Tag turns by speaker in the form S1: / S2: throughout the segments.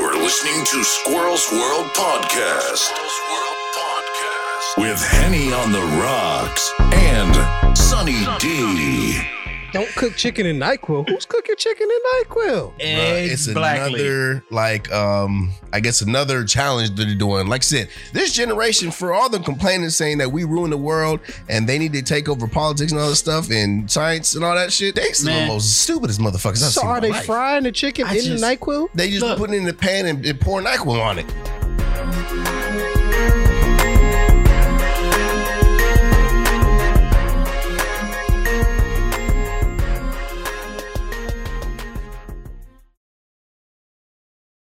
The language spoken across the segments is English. S1: listening to Squirrel's World Podcast. With Henny on the Rocks and Sunny D.
S2: Don't cook chicken in NyQuil. Who's cooking chicken in NyQuil?
S3: Bruh, it's another like um I guess another challenge that they're doing. Like I said, this generation for all the complaining saying that we ruin the world and they need to take over politics and all this stuff and science and all that shit, they some of the
S4: Man.
S3: most stupidest motherfuckers I've
S2: So
S3: seen. in
S2: are
S3: my
S2: they
S3: life.
S2: frying the chicken
S4: I
S2: in
S4: just-
S2: the NyQuil?
S3: They just
S4: Look.
S3: put it in the pan and, and pour NyQuil on it.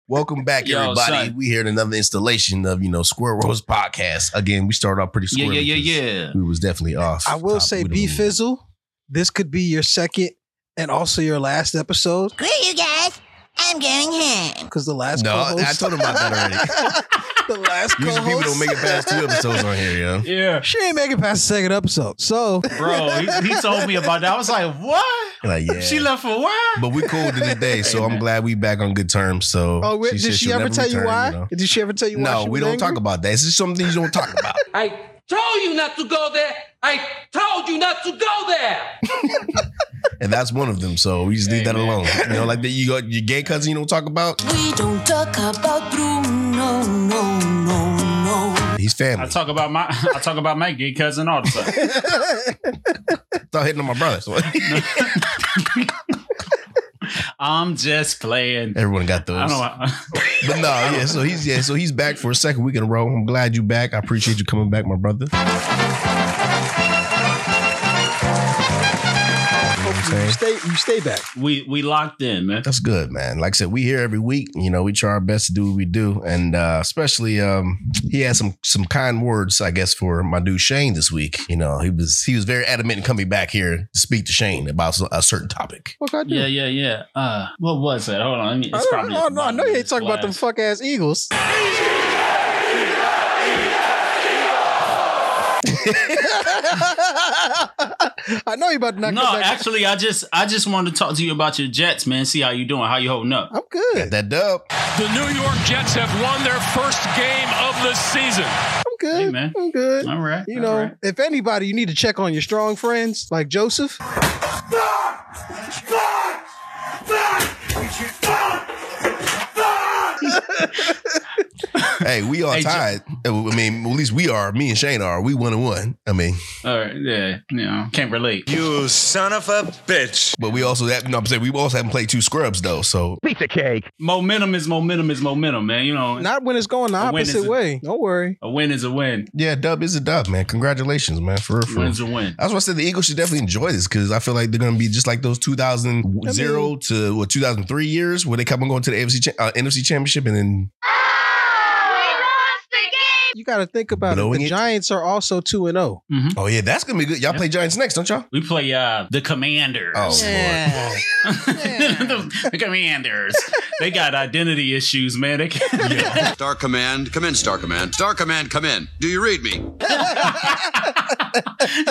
S3: Welcome back,
S4: Yo,
S3: everybody.
S4: son.
S3: we here in another installation of you know Square Rose podcast. Again, we started off pretty
S4: Yeah,
S3: square.
S4: yeah, yeah, yeah.
S3: We was definitely off.
S2: I will
S3: topic.
S2: say,
S3: We
S2: B
S3: don't-
S2: Fizzle, this could be your second and also your last episode
S5: Screw you guys. I'm going home.
S2: because the last
S3: No, I-
S2: co-host,
S3: I told him about that
S2: already. the last
S3: Usually people
S2: co-host-
S3: don't make it past two episodes on here, yo.
S4: Yeah.
S2: She ain't making past the second episode. So
S4: Bro, he, he told me about that. I was like, what?
S3: Like, yeah.
S4: She left for what?
S3: But we cool to this day, so I'm
S4: Amen.
S3: glad we back on good terms. So,
S2: Oh, wait,
S3: said
S2: did she
S3: she'll
S2: ever
S3: never
S2: tell you
S3: return,
S2: why?
S3: know.
S2: Did she ever tell you why?
S3: No,
S2: she
S3: we
S2: was
S3: don't
S2: angry?
S3: talk about that. This is something you don't talk about.
S6: I told you not to go there. I told you not to go there.
S3: and that's one of them. So we just leave that
S4: Amen.
S3: alone. You know, like that you got your gay cousin you don't talk about?
S5: We don't talk about Bruno, no, no, no.
S3: He's
S4: I
S3: family.
S4: talk about my I talk about my gay cousin all the time.
S3: Stop hitting on my brother. So
S4: I'm just playing.
S3: everyone got those.
S4: I don't know.
S3: But no, yeah. So he's yeah, so he's back for a second week in a row. I'm glad you back. I appreciate you coming back, my brother. You know what I'm saying?
S2: You stay, you stay back.
S4: We we locked in, man.
S3: That's good, man. Like I said, we here every week. You know, we try our best to do what we do, and uh, especially um, he had some some kind words, I guess, for my dude Shane this week. You know, he was he was very adamant in coming back here to speak to Shane about a certain topic.
S2: What can I do?
S4: Yeah, yeah, yeah. Uh, what was it? Hold on. I mean,
S2: I
S4: it's
S2: don't
S4: probably
S2: know. Oh, No, I know you ain't
S4: it's
S2: talking about them
S4: last.
S2: fuck ass Eagles. I know you about to knock
S4: No,
S2: it back.
S4: actually, I just I just wanted to talk to you about your Jets, man. See how you doing? How you holding up?
S2: I'm good.
S3: Got that dub.
S7: The New York Jets have won their first game of the season.
S2: I'm good.
S4: Hey, man.
S2: I'm good.
S4: All right.
S2: You
S4: all
S2: know,
S4: right.
S2: if anybody, you need to check on your strong friends like Joseph.
S3: Hey, we are
S4: Hey, J-
S3: tied. I mean, at least we are. Me and Shane are. We one and one. I mean,
S4: all right. Yeah. You know, can't relate.
S8: You son of a bitch.
S3: but we also have. No, I'm saying we also haven't played two scrubs though. So
S4: Momentum is momentum is momentum, man. You know,
S2: Not when it's going the
S4: A win is
S2: opposite
S4: a-
S2: way. Don't worry.
S4: a win is a win.
S3: yeah, dub is a dub, man. Congratulations, man. For real, for real.
S4: Win's a win.
S3: That's why I said the Eagles should definitely enjoy this because I feel like they're going to be just like those 2000
S2: I
S3: zero
S2: mean-
S3: to what 2003 years where they come and go into the AFC cha- uh, NFC championship and then
S2: You got to think about it.
S3: Blowing
S2: The
S3: it.
S2: Giants are also 2 and 0.
S3: oh yeah that's gonna be good. Y'all play Giants next, don't y'all?
S4: We play uh the Commanders.
S3: Oh
S4: the, Commanders. they got identity issues, man. They can't.
S9: Star Command, come in, Star Command. Star Command, come in. Do you read me?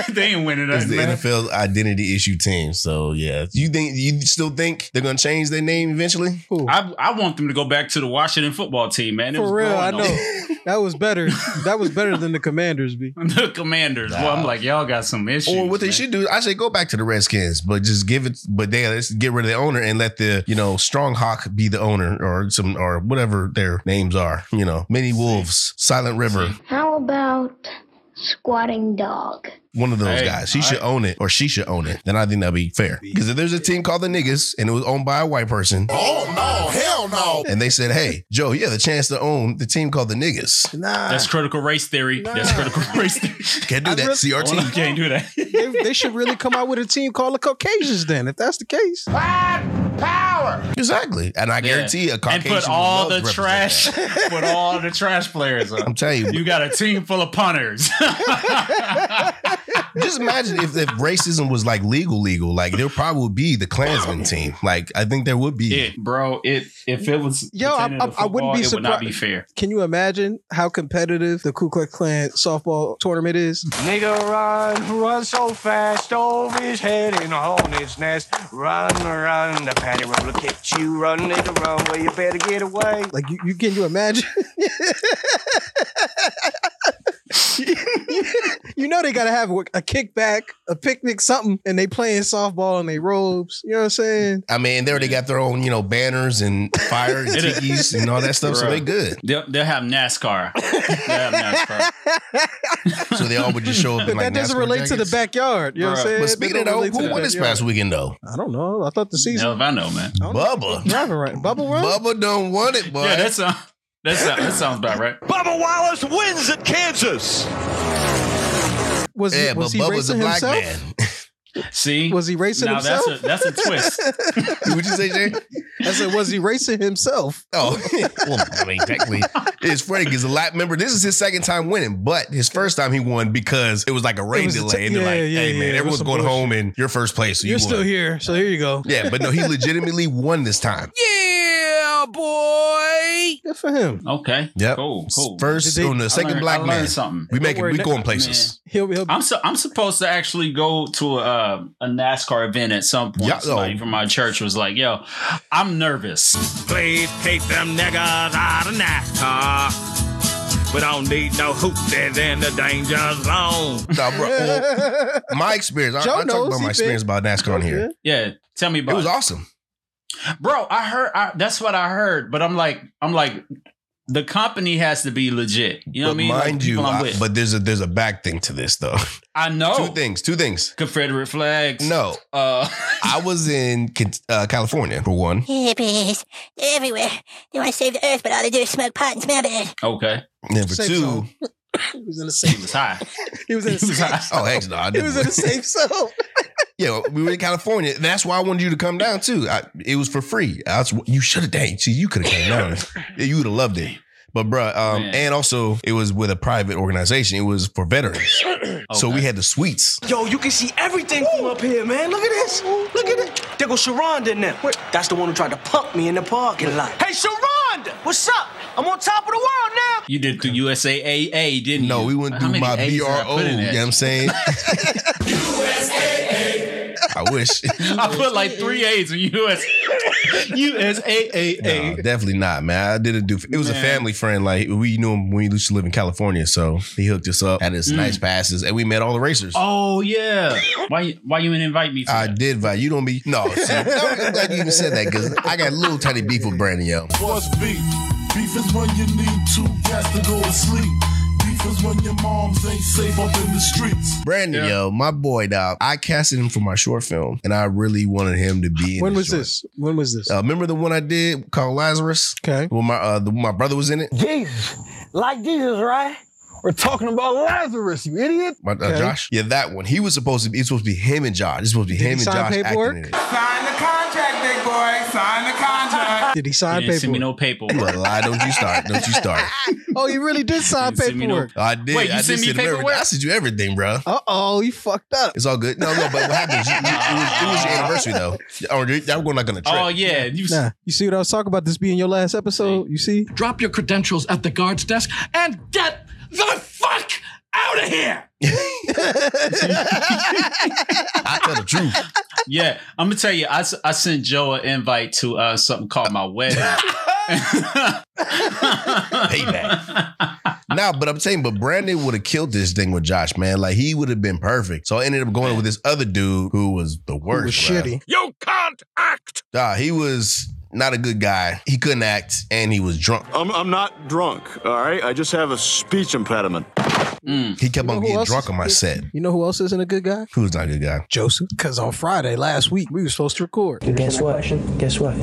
S4: they ain't winning
S3: Lord,
S4: that,
S3: it's the
S4: man.
S3: NFL's identity issue team. So yeah, you think you still think they're gonna change their name eventually?
S2: Cool.
S4: I, I want them to go back to the Washington football team, man. It was
S2: For real, I
S4: growing on me.
S2: know. that was better. That was better than the Commanders, B.
S4: the Commanders. Well, I'm like, y'all got some issues.
S3: Or what they
S4: man.
S3: should do, I say go back to the Redskins, but just give it. But they let's get rid of the owner and let the you know Strong Hawk be the owner or some or whatever their names are. You know, Many Wolves, Silent River.
S10: How about squatting dog?
S3: One of those
S4: Hey,
S3: guys. He
S4: all
S3: should
S4: right.
S3: own it, or she should own it. Then I think that'd be fair. Because if there's a team called the niggas and it was owned by a white person,
S1: Oh no, hell no.
S3: and they said, "Hey, Joe, you have a chance to own the team called the niggas."
S2: Nah.
S4: That's critical race theory. That's critical race theory.
S3: Can't do that.
S2: really-
S3: CRT.
S4: You can't do that.
S2: they, they should really come out with a team called the Caucasians then, if that's the case.
S3: exactly. And I guarantee a
S4: and
S3: Caucasian
S4: put all
S3: would
S4: the
S3: love to represent
S4: trash,
S3: that.
S4: put all the trash players
S3: I'm
S4: up.
S3: telling you,
S4: You got a team full of punters.
S3: Just imagine if, if racism was like legal, legal. Like there probably would be the Klansman team. Like I think there would be.
S4: Yeah, bro. It if it was
S2: Yo, I-
S4: pertaining to
S2: I- I wouldn't be
S4: football, It would not
S2: surprised.
S4: be fair.
S2: Can you imagine how competitive the Ku Klux Klan softball tournament is?
S11: Nigga run, run so fast over his head in a hornet's nest. Run, run, the patty will look at you. Run, nigga, run, well, you better get away.
S2: Like you, you can you imagine? you know they gotta have a kickback, a picnic, something, and they playing softball in their robes. You know what I'm saying?
S3: I mean, they already got their own, you know, banners and fire and
S4: It-
S3: tikis and all that stuff. So
S4: Bruh.
S3: they good.
S4: They'll, they'll have NASCAR. They'll have NASCAR.
S3: So they all would just show up.
S2: But
S3: in, like,
S2: that doesn't
S3: NASCAR
S2: relate to the
S3: jackets.
S2: backyard. You know what I'm
S4: Bruh.
S2: saying?
S3: But
S2: That
S3: speaking
S2: don't
S3: of though,
S2: relate to
S3: who
S2: the
S3: won this
S2: backyard.
S3: past weekend though?
S2: I don't know. I thought the season.
S4: Hell if I know, man.
S2: I don't know.
S3: Bubba.
S2: Driving right. Bubble run.
S3: Bubba don't want it, boy.
S4: Yeah, that's uh, that's uh, that sounds about right.
S7: Bubba Wallace wins at Kansas.
S2: was
S3: yeah,
S2: was he
S3: but Bubba's a
S2: racing
S3: black
S2: himself?
S3: man.
S4: See,
S2: Was he racing
S4: now
S2: himself?
S4: that's a that's a twist.
S3: Would you say, Jay?
S2: I said, was he racing himself?
S3: Oh, well, I mean, technically, it's Freddie is a lap member. This is his second time winning, but his first time he won because it was like a
S2: It
S3: rain
S2: was a
S3: delay.
S2: t-
S3: and they're
S2: yeah,
S3: like,
S2: yeah,
S3: hey,
S2: yeah,
S3: man,
S2: it was
S3: everyone's
S2: some
S3: going
S2: bullshit.
S3: home and you're first place. So you
S2: You're
S3: won.
S2: still here, so here you go.
S3: Yeah, but no, he legitimately won this time.
S6: Yeah, boy.
S2: Good for him.
S4: Okay.
S3: Yep.
S4: Cool. Cool.
S3: First,
S2: Did they-
S3: on the
S4: I
S3: second
S4: learned-
S3: black
S4: I
S3: man.
S4: learned something.
S3: We make
S2: Don't worry,
S3: we
S2: ne-
S3: going places.
S2: He'll, he'll
S4: I'm so I'm supposed to actually go to a, a NASCAR event at some point.
S3: Yeah,
S4: Somebody
S3: yo.
S4: from my church was like, "Yo, I'm nervous."
S7: Please keep them niggas out of NASCAR. We don't need no hoop that's in the danger zone.
S3: Nah, bro, well, my experience. I, I
S2: Joe
S3: talk
S2: knows
S3: about
S2: he
S3: my
S2: big.
S3: experience about NASCAR on here.
S4: Yeah, tell me
S3: It
S4: about
S3: was
S4: it,
S3: awesome.
S4: bro. I heard I, that's what I heard, but I'm like, I'm like, the company has to be legit. You know what I
S3: but
S4: mean? Like,
S3: mind
S4: the
S3: you,
S4: people I'm
S3: I-
S4: with. Oh.
S3: but there's a there's a back thing to this though.
S4: I know
S3: Two things. Two things.
S4: Confederate flags.
S3: No,
S4: Uh,
S3: I was in Con- uh, California for one.
S10: Hippies. They're everywhere. They want to save the earth, but all they do is smoke pot and smell bad.
S4: okay.
S3: And then for
S2: Safe
S3: two,
S2: zone. He was in a
S4: He
S2: safe.
S4: was high.
S2: He was in a
S4: He was
S2: safe.
S4: high.
S3: oh heck no, I
S2: He
S3: didn't.
S2: was in a safe zone.
S3: yeah, we were in California. That's why I wanted you to come down too. I, it was for free. I was, you should have dang. See, you could have came down. you would have loved it. But bruh, um,
S4: Man.
S3: and also it was with a private organization. It was for veterans,
S4: Oh,
S3: so we
S4: Okay.
S3: had the suites.
S11: Yo, you can see everything from up here, man. Look at this. Look at it. There goes Sharonda in there. That's the one who tried to pump me in the parking lot. Hey, Sharonda! What's up? I'm on top of the world now.
S4: You did through USAAA, didn't
S3: No,
S4: you?
S3: we went
S4: How
S3: through
S4: many
S3: my
S4: A's did I
S3: BRO.
S4: put
S3: You
S4: in
S3: know
S4: that?
S3: what I'm saying? I wish.
S4: I put like three A's in US. USAAA.
S3: No, definitely not, man. I didn't do. It was a
S4: Man.
S3: family friend. Like we knew him when we used to live in California, so he hooked us up, had us nice passes, and we met all the racers.
S4: Mm. Oh yeah. Why you- why you didn't invite me? For
S3: I
S4: that?
S3: did, Vi. You don't be no. See, I'm glad you even said that because I got a little tiny beef with Brandon. Yo,
S7: What's beef? Beef is when you need two cats to go to sleep. Beef is when your moms ain't safe up in the streets.
S3: Brandon,
S4: Yeah.
S3: yo, my boy, dog. I casted him for my short film, and I really wanted him to be. In
S2: When
S3: the
S2: was
S3: short.
S2: this? When was this?
S3: Uh, remember the one I did called Lazarus?
S2: Okay.
S3: When my uh, the, my brother was in it,
S11: Jesus. Like Jesus, right? We're talking about Lazarus, you idiot.
S3: my, uh,
S2: Okay.
S3: Josh. Yeah, that one. He was supposed to be. It's supposed to be him and Josh. It's supposed to be
S2: Did he
S3: him and
S2: sign
S3: Josh
S2: paperwork?
S3: acting in it.
S6: Sign the contract, big boy. Sign the contract.
S2: Did he
S4: You
S2: sign
S4: didn't send me
S2: paperwork?
S4: no paper.
S3: Well, I don't you start. Don't you start.
S2: Oh, he really did sign
S4: You didn't send me no-
S2: paperwork.
S3: I did.
S4: Wait, you
S3: I
S4: sent me
S3: did send him everything.
S4: paperwork?
S3: I sent you everything, bro.
S2: Uh oh, you fucked up.
S3: It's all good. No, no, but what happens? You, you, it, was, it was your anniversary though, or you- y'all were going like on a trip.
S4: Oh yeah. You,
S2: Nah, you see what I was talking about? This being your last episode. You see?
S7: Drop your credentials at the guard's desk and get the fuck out of here.
S3: I tell the truth.
S4: Yeah. I'm gonna tell you. I, s- I sent Joe an invite to uh, something called my wedding.
S3: Payback. Nah, but I'm saying, but Brandon would have killed this thing with Josh, man. Like he would have been perfect. So I ended up going with this other dude who was the
S2: It
S3: worst.
S2: was
S3: bruh.
S2: shitty.
S7: You can't act.
S3: Nah, he was not a good guy. He couldn't act, and he was drunk.
S7: I'm, I'm not drunk, all right? I just have a speech impediment.
S4: Hmm.
S3: He kept
S2: You know
S3: on
S2: who
S3: getting
S2: else
S3: drunk
S2: is-
S3: on my set.
S2: You know who else isn't a good guy?
S3: Who was not a good guy?
S2: Joseph. Because on Friday last week, we were supposed to record.
S11: Guess what? Guess what?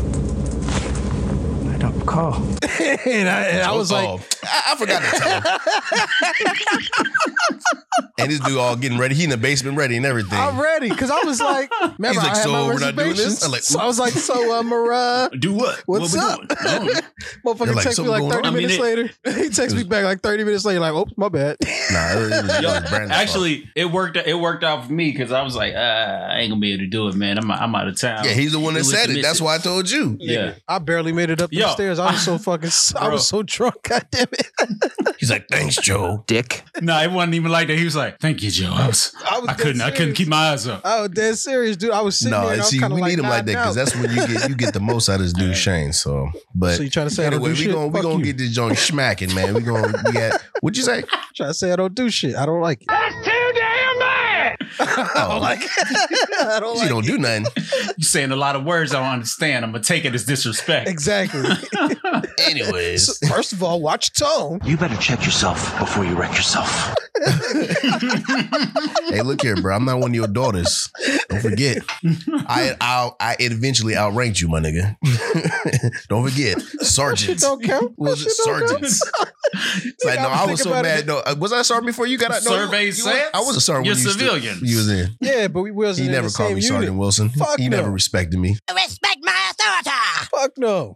S11: I don't
S2: call. and I, and I
S3: Phone
S2: was
S3: call.
S2: like,
S3: I, I forgot to tell him. and this dude all getting ready. He in the basement ready and everything.
S2: I'm ready because I was like, remember
S3: like,
S2: I had
S3: "So
S2: my
S3: we're not doing
S2: reservations.
S3: this?" I'm like,
S2: so I was like, so uh, Mariah,
S4: Do what?
S2: what's
S4: What we
S2: up?
S4: doing? I don't know.
S3: They're
S2: Motherfucker
S3: like,
S2: text me
S3: "Something
S2: like
S3: going
S2: 30
S4: on." I mean,
S2: minutes
S4: it-
S2: later. he texts me back like 30 minutes later, like, oh, my bad.
S3: Nah, it was, it was Brandon's
S4: Actually, it worked. It worked out for me because I was like, uh, I ain't gonna be able to do it, man. I'm I'm out of town.
S3: fault. yeah, he's the one that
S4: It was
S3: said it.
S4: the
S3: That's why I told you.
S4: Yeah.
S2: I barely made it up the
S4: Yo.
S2: stairs. I was so fucking, I
S4: Bro.
S2: was so drunk. God damn it.
S3: He's like, thanks, Joe.
S11: Dick.
S4: no, it wasn't even like that. He was like, "Thank you, Joe. I, was,
S2: I was
S4: I couldn't. I couldn't
S2: serious.
S4: keep my eyes up."
S2: I was dead serious, dude. I was sitting
S3: No,
S2: there. And
S3: and
S2: I was
S3: see, we
S2: kind of
S3: need
S2: like,
S3: him like that because that's when you get you get the most out of this dude Shane. So, but
S2: So you trying to say I don't do
S3: anyway, we
S2: shit?
S3: gonna we
S2: Fuck
S3: gonna
S2: you.
S3: get this joint smacking, man. We gonna we got what'd you say?
S2: trying to say I don't do shit. I don't like it.
S3: Oh, like
S2: I don't
S3: she
S2: like
S3: don't do nothing.
S4: You saying a lot of words I don't understand. I'm gonna take it as disrespect.
S2: Exactly.
S3: Anyways,
S2: First of all, watch tone.
S11: You better check yourself before you wreck yourself.
S3: hey, look here, bro. I'm not one of your daughters. Don't forget, I I'll, I eventually outranked you, my nigga. don't forget, sergeant.
S2: Don't count.
S3: What was it sergeants? It's like, no, I was so
S2: Think about
S3: mad.
S2: it.
S3: No, uh, was I sorry before you got out? No,
S4: Survey
S3: you- you
S4: says
S3: I was a sergeant.
S4: you're
S3: when you stood-
S4: civilian.
S3: You was in.
S2: Yeah, but we wasn't
S3: He
S2: in
S3: never
S2: the
S3: called
S2: same
S3: me
S2: unit.
S3: Sergeant Wilson.
S2: Fuck
S3: he
S2: no.
S3: never respected me.
S10: Respect my authority.
S2: Fuck no.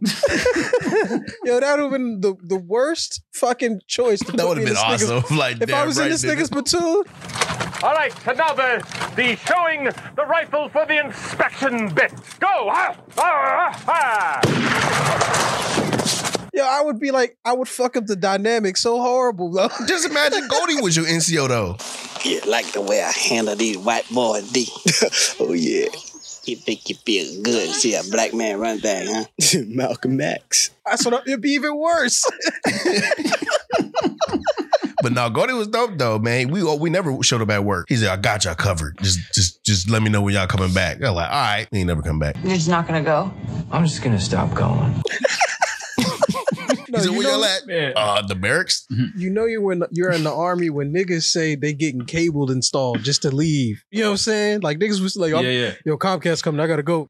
S2: Yo, that would have been the, the worst fucking choice. To
S3: That
S2: put
S3: would
S2: me
S3: have
S2: in
S3: been
S2: this nigga's-
S3: awesome. like,
S2: If I
S3: damn
S2: was in
S3: right,
S2: this
S3: nigga.
S2: nigga's platoon,
S7: All right, now the, the showing the rifle for the inspection bit. Go! Ah, ah, ah, ah.
S2: yo, I would be like, I would fuck up the dynamic so horrible, though.
S3: Just imagine Goldie was your NCO though.
S12: You like the way I handle these white boy D. oh yeah. You think you feel good to see a black man run thing, huh? Malcolm X.
S2: That's what I- it'd be even worse.
S3: But no, Goldie was dope though, man. We uh, we never showed up at work. He said, "I got y'all covered. Just just just let me know when y'all coming back." They're like, "All right." He ain't never come back.
S5: You're just not gonna go?
S11: I'm just gonna stop going.
S2: No,
S3: he said,
S2: you
S3: "Where
S2: know-
S3: y'all at?"
S4: Yeah.
S3: Uh, the barracks.
S2: you know you're in, you're in the army when niggas say they getting cabled installed just to leave. You know what I'm saying? Like niggas was like,
S4: yeah,
S2: I'm-
S4: yeah.
S2: yo, Comcast coming, I gotta go.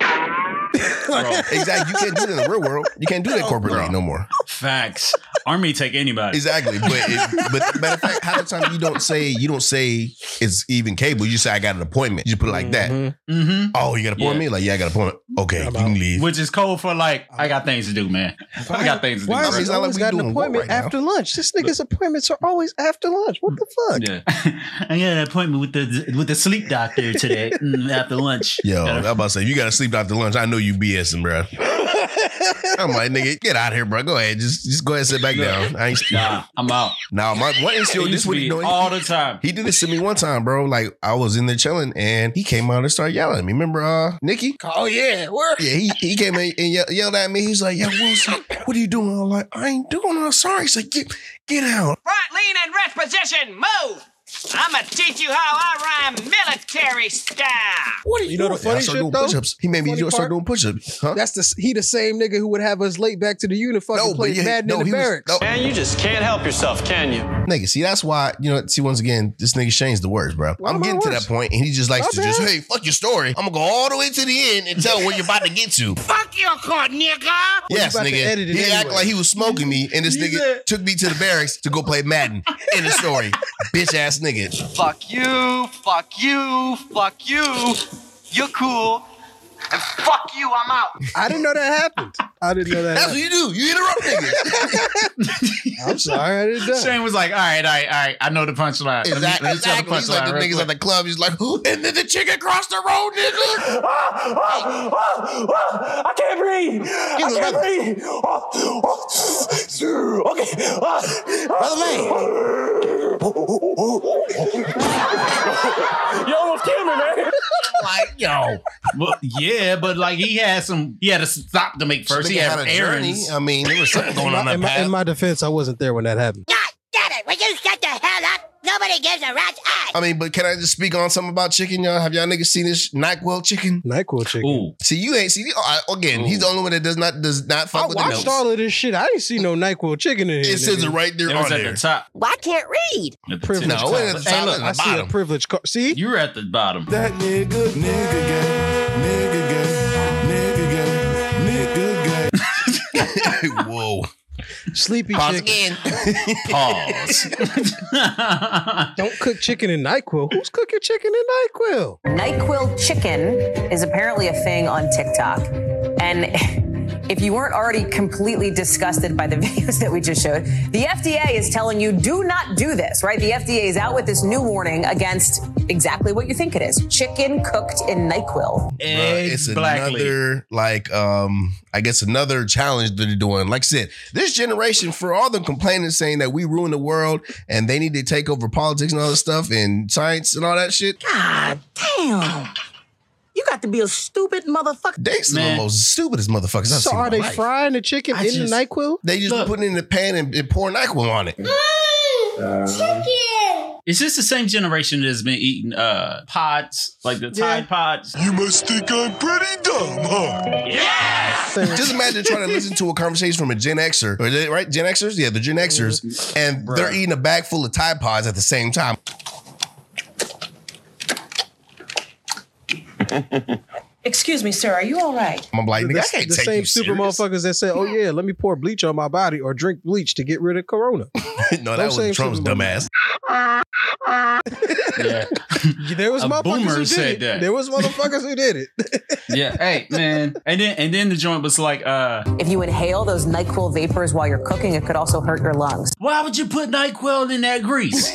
S4: Bro,
S3: exactly. You can't do that in the real world. You can't do that corporately no more.
S4: facts. Army take anybody.
S3: Exactly. But it, but matter of fact, half the time you don't say you don't say it's even cable. You say I got an appointment. You put it like that.
S4: Mm-hmm.
S3: Oh, you got an appointment? Like yeah, I got an appointment. Okay, you can leave.
S4: Which is cold for like I got things to do, man. I got things to do.
S2: Why
S3: is
S2: has he
S4: bro.
S3: it not like
S2: always
S3: we
S2: got an
S3: doing work
S2: appointment
S3: right now.
S2: after lunch? This nigga's appointments are always after lunch. What the fuck?
S4: Yeah, I got an appointment with the with the sleep doctor today mm, after lunch.
S3: Yo, I'm about to say you gotta sleep after lunch. I know you BSing, bro. I'm like, nigga, get out of here, bro. Go ahead, just just go ahead, and sit back down. I ain't
S4: Nah, Uh, I'm out.
S3: now my one
S4: It
S3: NCO
S4: used
S3: this
S4: to
S3: what he
S4: be
S3: doing.
S4: all the time.
S3: He did this to me one time, bro. Like I was in there chilling, and he came out and started yelling at me. Remember, uh, Nikki?
S2: Oh yeah, where?
S3: Yeah, he, he came in and ye- yelled at me. He's like, "Yo, Wilson, what are you doing?" I'm like, "I ain't doing it. I'm sorry." He's like, "Get get out."
S13: Front lean and rest position. Move. I'ma teach you how I rhyme military style.
S3: What are
S2: You know the
S3: And I
S2: funny
S3: started
S2: shit,
S3: doing
S2: though?
S3: push-ups. He made me
S2: Funny
S3: do- start
S2: part?
S3: doing push-ups. Huh?
S2: That's the he the same nigga who would have us late back to the unit fucking
S3: No, but
S2: playing
S3: yeah,
S2: Madden
S3: no,
S2: in the
S3: he was-
S2: barracks.
S3: no.
S12: Man, you just can't help yourself, can you?
S3: Nigga, see, that's why, you know, see, once again, this nigga Shane's the worst, bro.
S2: Why
S3: I'm
S2: am I
S3: getting to
S2: worse?
S3: that point, and he just likes
S2: My
S3: to just,
S2: bad.
S3: hey, fuck your story. I'm gonna go all the way to the end and tell where you're about to get to.
S13: Fuck your court, nigga.
S3: yes,
S2: about to
S3: nigga.
S2: edit it
S3: He act
S2: anyway.
S3: like he was smoking me, and this
S4: He
S3: nigga
S4: said-
S3: took me to the barracks to go play Madden. End of story. Bitch ass nigga.
S13: Fuck you. Fuck you. Fuck you. You're cool. And fuck you. I'm out.
S2: I didn't know that happened. I didn't know that.
S3: That's what
S2: happened.
S3: you do. You interrupt niggas.
S2: I'm sorry, I didn't know.
S4: Shane was like, "All right, all right, all right. I know the punchline. Let me- let
S3: Exactly.
S4: me tell the
S3: exactly. He's like the
S4: punchline real
S3: niggas
S4: quick."
S3: at the club. He's like, and then the chicken crossed the road, nigga.
S7: Ah, ah, ah, I can't breathe. I
S3: He's
S7: can't
S3: like,
S7: breathe. Oh, oh, okay. ah. Brother man. You almost killed me, man.
S3: like, yo.
S4: Well, yeah, but like he had some, he had a stop to make first. He
S3: Nigga
S4: had,
S3: a
S4: errands.
S3: journey. I mean, there was something going on
S2: in,
S3: that
S2: my, in
S3: path.
S2: my defense, I wasn't there when that happened.
S10: God damn it, will you shut the hell up? Nobody gives a rat's ass.
S3: I mean, but can I just speak on something about chicken, y'all? Have y'all niggas seen this NyQuil chicken?
S2: Nyquil
S3: Oh,
S2: chicken.
S4: Ooh,
S3: See, you ain't see. Oh, I, again, he's the only one that does not does not fuck
S2: I
S3: with the milk.
S2: watched all of this shit. I didn't see no Nyquil chicken in here.
S3: It says it
S2: nigga.
S3: right there
S4: it
S3: on
S4: was at
S3: there.
S4: the top.
S10: Well, I can't read.
S4: At the
S2: Privilege
S4: tip.
S3: No, it was at the
S4: hey,
S3: top.
S4: look,
S2: I see a
S3: bottom.
S2: privilege card. See,
S4: you were at the bottom.
S7: That nigga, nigga, nigga, nigga, nigga, nigga.
S3: Whoa.
S2: Sleepy
S3: Pause
S2: chicken.
S3: Pause.
S2: Don't cook chicken in NyQuil. Who's cooking chicken in NyQuil?
S14: NyQuil chicken is apparently a thing on TikTok. And if you weren't already completely disgusted by the videos that we just showed, the FDA is telling you do not do this, right? The FDA is out with this new warning against exactly what you think it is chicken cooked in NyQuil.
S3: Bruh, it's another like um I guess another challenge that they're doing. Like I said, this generation for all the complaining saying that we ruin the world and they need to take over politics and all this stuff and science and all that shit. God damn.
S15: Ah, You got to be a stupid motherfucker.
S3: They some of the most stupidest motherfuckers I've
S2: So
S3: seen. in
S2: are
S3: my
S2: they
S3: life.
S2: frying the chicken
S3: I
S2: in
S3: just-
S2: the NyQuil?
S3: They just putting it in the pan and, and pouring NyQuil on it.
S15: Chicken.
S4: Is this the same generation that's been eating uh pods, like the Tide Pods?
S1: You must think I'm pretty dumb, huh?
S3: Just imagine trying to listen to a conversation from a Gen Xer, or they- right? Gen Xers, yeah, the Gen Xers, and they're eating a bag full of Tide Pods at the same time.
S15: Excuse me, sir. Are you all right?
S3: I'm like,
S2: The,
S3: nigga, I can't
S2: the
S3: take
S2: same
S3: you
S2: super
S3: serious.
S2: motherfuckers that said, "Oh yeah, let me pour bleach on my body or drink bleach to get rid of corona." Those
S3: no, that
S2: same
S3: was Trump's
S2: super
S3: dumbass.
S4: Yeah.
S2: There was
S4: A
S2: motherfuckers
S4: boomer
S2: who did
S4: said
S2: it.
S4: that.
S2: There was motherfuckers who did it.
S4: yeah. Hey, man. And then and then the joint was like, uh
S14: If you inhale those NyQuil vapors while you're cooking, it could also hurt your lungs.
S4: why would you put NyQuil in that grease?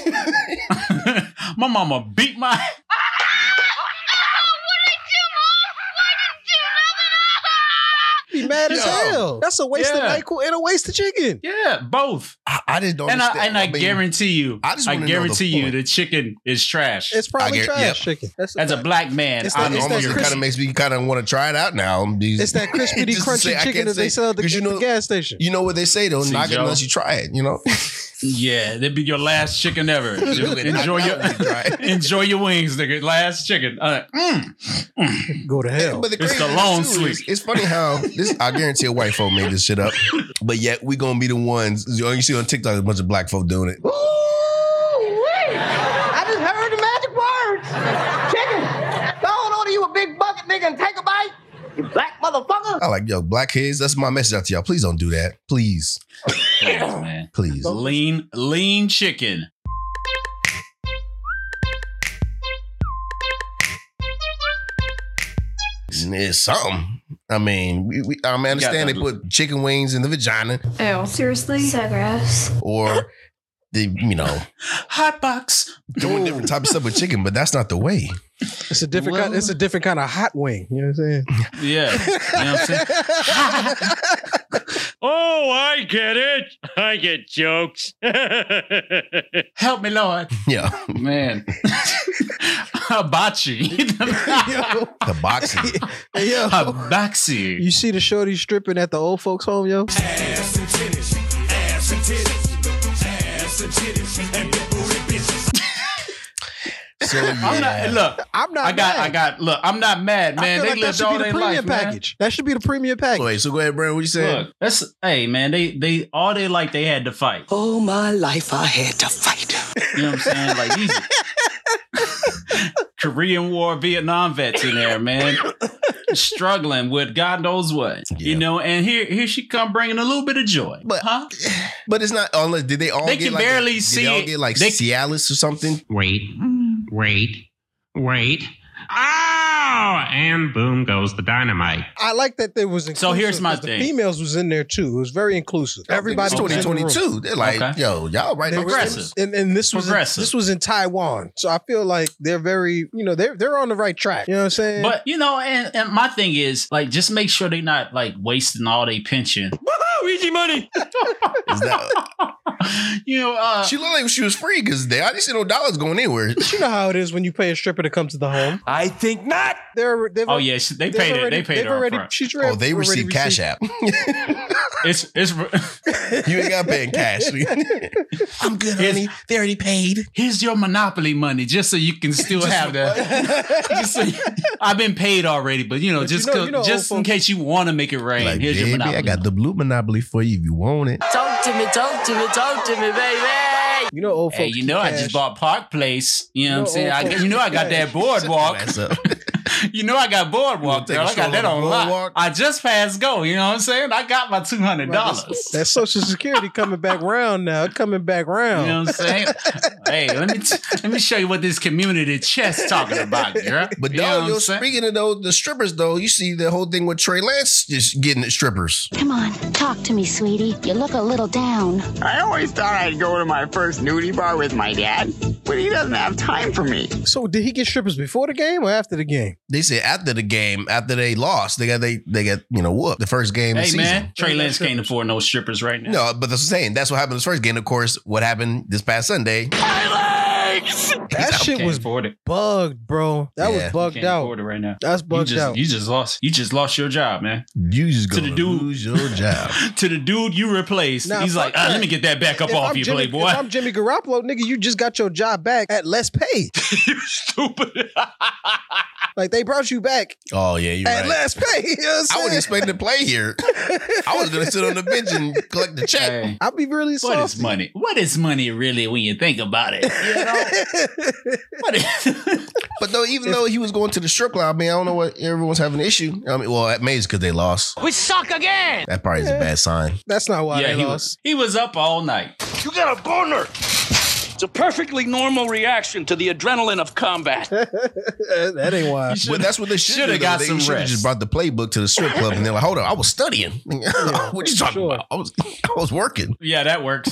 S4: my mama beat my
S2: Be mad as
S4: Yo.
S2: hell. That's a waste
S4: Yeah.
S2: of NyQuil and a waste of chicken.
S4: Yeah, both.
S3: I, I just don't
S4: and I
S3: understand.
S4: and I,
S3: I mean,
S4: guarantee you,
S3: I
S4: I,
S3: just wanna know the
S4: guarantee you,
S3: point.
S4: the chicken is trash.
S2: It's probably
S3: I guar-
S2: trash
S3: yep.
S2: chicken. That's
S4: As a black man,
S2: It's that-
S4: I
S2: it's
S4: know
S2: that
S4: I'm
S3: Almost it
S4: your-
S3: kind of makes me kind of want to try it out now.
S2: It's that crispity,
S3: Just to
S2: crunchy
S3: say, I
S2: chicken
S3: can't
S2: that they
S3: say-
S2: sell at the-
S3: 'cause you
S2: at the
S3: know-
S2: gas station.
S3: You know what they say though,
S4: See,
S3: knock it
S4: Joe?
S3: unless you try it. You know,
S4: yeah, that'd be your last chicken ever.
S3: You get
S4: enjoy
S3: knocked
S4: your
S3: out when you try
S4: enjoy your wings, nigga. Last chicken. Uh, mm.
S2: Go to hell.
S3: But the
S4: It's
S3: crazy
S4: the
S3: thing,
S4: long
S3: too,
S4: sweep.
S3: is- It's funny how this. I guarantee a white folk made this shit up, but yet we gonna be the ones. You know, you see on TikTok a bunch of black folk doing it.
S15: I just heard the magic words. Chicken. Don't order you a big bucket, nigga, and take a bite. You black motherfucker.
S3: I like yo black kids. That's my message out to y'all. Please don't do that. Please,
S4: Please, man.
S3: please.
S4: Lean lean chicken.
S3: It's something. I mean, we, we, I, mean, I understand they
S4: that.
S3: put chicken wings in the vagina
S16: Ew. Seriously? So gross.
S3: or the you know
S4: Hot box.
S3: doing different type of stuff with chicken, but that's not the way.
S2: It's a different kind. It's a different kind of hot wing. You know what I'm saying?
S4: Yeah. You know what I'm saying?
S17: Oh, I get it. I get jokes.
S4: Help me, Lord.
S3: Yeah,
S4: Man. Hibachi.
S3: the boxing.
S2: Hey, yo,
S4: Hibachi.
S2: you see the shorty stripping at the old folks' home, yo?
S7: Ass and titties, ass and titties, ass and titties, and big booty bitches.
S3: So
S4: I'm
S3: yeah.
S4: not look.
S2: I'm not
S4: I got.
S2: mad.
S4: I got. Look, I'm not mad,
S2: I
S4: man.
S2: feel
S4: They
S2: like that
S4: lived
S2: should
S4: all
S2: be the
S4: their
S2: premium
S4: life, man.
S2: package. That should be the premium package.
S3: Wait, so go ahead, Brandon. What you saying?
S4: Look, that's hey, man. They they all they like. They had to fight.
S15: Oh, my life, I had to fight.
S4: You know what I'm saying? Like these Korean War Vietnam vets in there, man, struggling with God knows what. You know, and here here she come bringing a little bit of joy,
S3: But-
S4: huh?
S3: But it's not unless did they all
S4: They
S3: get
S4: can
S3: like
S4: barely
S3: did
S4: see
S3: they all
S4: it.
S3: get like
S4: They-
S3: Cialis or something?
S17: Wait, wait, wait. Oh, and boom goes the dynamite.
S2: I like that there was inclusive,
S4: here's my
S2: 'cause the
S4: thing.
S2: females was in there too. It was very inclusive. Everybody was in the room.
S3: 2022. They're like,
S4: Okay.
S3: yo, y'all right
S2: They
S3: there.
S2: were-
S4: Progressive.
S2: and, and this was in,
S4: Progressive.
S2: this was in Taiwan, so I feel like they're very you know they're they're on the right track. You know what I'm saying?
S4: But you know, and, and my thing is like just make sure they're not like wasting all their pension.
S17: Woohoo! Easy money.
S3: Is that-
S4: You know, uh,
S3: she looked like she was free because they I didn't see no dollars going anywhere.
S2: you know how it is when you pay a stripper to come to the home.
S11: I think not.
S2: They're, they've,
S4: oh yeah, she, they
S2: they've
S4: paid it.
S2: already-
S4: They paid
S2: they've
S4: her
S2: already.
S4: upfront.
S2: She's
S3: Oh,
S2: already
S3: they received Cash
S2: received-
S3: App.
S4: It's it's.
S3: you ain't got paying cash. I'm good, honey. They already paid.
S4: Here's your monopoly money, just so you can still have that. just so you- I've been paid already, but you know,
S2: But you
S4: just
S2: know-
S4: co-
S2: you know
S4: just
S2: old
S4: in case you want to make it rain,
S3: Like,
S4: here's your
S3: baby,
S4: monopoly.
S3: I got the blue monopoly for you if you want it.
S15: Talk to me, talk to me, talk to me, baby.
S2: You know old folks.
S4: Hey, you know,
S2: keep
S4: I
S2: cash.
S4: just bought Park Place. You know,
S2: You know
S4: what I'm saying?
S2: old
S4: I,
S2: folks
S4: you know, I
S2: keep
S4: got that boardwalk.
S3: That's up.
S4: you know I got boardwalk,
S2: You
S4: girl.
S2: wanna take
S4: I
S2: a
S4: got that
S2: stroll on
S4: on
S2: the
S4: lock.
S2: boardwalk?
S4: I just passed go. You know what I'm saying? I got my two hundred dollars.
S2: That social security coming back round now. It Coming back round.
S4: You know what I'm saying? hey, let me t- let me show you what this community chest talking about, girl.
S3: But
S4: You know what
S3: dog,
S4: I'm
S3: yo,
S4: saying?
S3: speaking of those the strippers though, you see the whole thing with Trey Lance just getting the strippers.
S18: Come on, talk to me, sweetie. You look a little down.
S19: I always thought I'd go to my first nudie bar with my dad, but he doesn't have time for me.
S2: So did he get strippers before the game or after the game?
S3: They said after the game, after they lost, they got they they got you know whooped the first game. of
S4: Hey
S3: the
S4: man,
S3: season.
S4: Trey Lance can't afford no strippers right now.
S3: No, but that's what I'm saying. That's what happened this first game. Of course, what happened this past Sunday?
S2: That shit was
S4: afford it.
S2: bugged, bro. That
S4: Yeah.
S2: was bugged
S4: Can't
S2: out.
S4: afford it right now.
S2: That's bugged
S4: you just,
S2: out.
S4: You just lost. You just lost your job, man.
S3: You just
S4: to the dude
S3: lose your job
S4: to the dude you replaced.
S2: Nah,
S4: He's
S2: fuck
S4: like, ah, let
S2: that.
S4: me get that back up
S2: If
S4: off
S2: I'm
S4: you,
S2: Jimmy,
S4: playboy.
S2: If I'm Jimmy Garoppolo, nigga, you just got your job back at less pay. you stupid. like they brought you back
S3: Oh yeah, you're
S2: at
S3: right.
S2: less pay. You know what I'm
S3: I wasn't
S2: saying?
S3: expecting to play here. I was gonna sit on the bench and collect the check.
S2: I'll be really
S4: What
S2: soft.
S4: is money? What is money really when you think about it? You know?
S3: But though, even though he was going to the strip club, I mean, I don't know what everyone's having an issue. I mean, well, maybe it's because they lost.
S11: We suck again.
S3: That probably is a bad sign.
S2: That's not why
S4: yeah,
S2: they
S4: he
S2: lost.
S4: was, he was up all night.
S2: Uh,
S20: You got a boner! It's a perfectly normal reaction to the adrenaline of combat.
S2: that ain't why.
S3: But that's what they should
S20: shoulda
S3: have
S20: got
S3: they
S20: some
S3: shoulda
S20: rest.
S3: Just brought the playbook to the strip club, and they're like, "Hold on, I was studying. what you talking about? I was, I was working.
S4: Yeah, that works.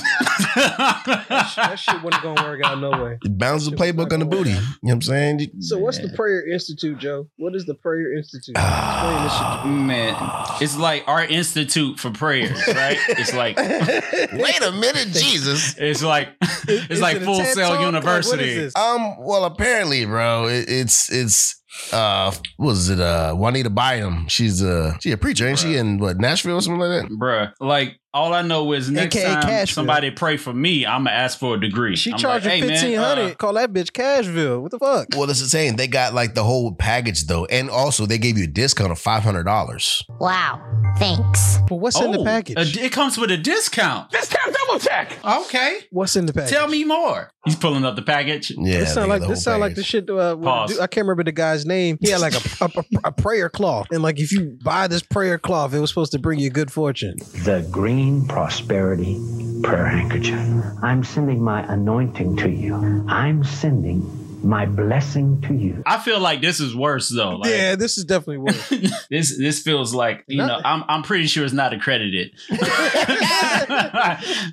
S2: that shit wasn't gonna work out no way.
S3: Bounce the playbook on the booty. You know what I'm saying?
S2: So what's the Prayer Institute, Joe? What is the Prayer Institute?
S4: Ah. Man, it's like our institute for prayers, right? It's like
S3: Wait a minute, Jesus.
S4: It's like it's,
S3: Is
S4: like
S3: it a
S4: Full
S3: TED
S4: Sail
S3: Talk?
S4: University.
S3: Um. Well, apparently, bro, it, it's it's uh, what was it uh, Juanita Bynum? She's a she a preacher, ain't she? In what Nashville or something like that?
S4: Bruh, like all I know is next
S2: AKA
S4: time
S2: Cashville.
S4: somebody pray for me, I'm gonna ask for a degree.
S2: She
S4: I'm
S2: charged
S4: like,
S2: you
S4: man, uh,
S2: fifteen hundred. Call that bitch Cashville. What the fuck?
S3: Well, that's the same. They got like the whole package though, and also they gave you a discount of five hundred dollars.
S18: Wow, thanks.
S2: But what's
S4: in the Oh, package? it comes with a discount.
S20: This time double check!
S4: Okay.
S2: What's in the package?
S4: Tell me more. He's pulling up the package.
S3: Yeah,
S2: this sound like this sound like the shit. Uh, with
S4: Pause.
S2: the dude- I can't remember the guy's name. He had like a, a, a- a prayer cloth, and like if you buy this prayer cloth, it was supposed to bring you good fortune.
S21: the green prosperity prayer handkerchief. I'm sending my anointing to you. I'm sending my blessing to you.
S4: I feel like this is worse though. Like,
S2: yeah, this is definitely worse.
S4: This this feels like you know I'm I'm pretty sure it's not accredited.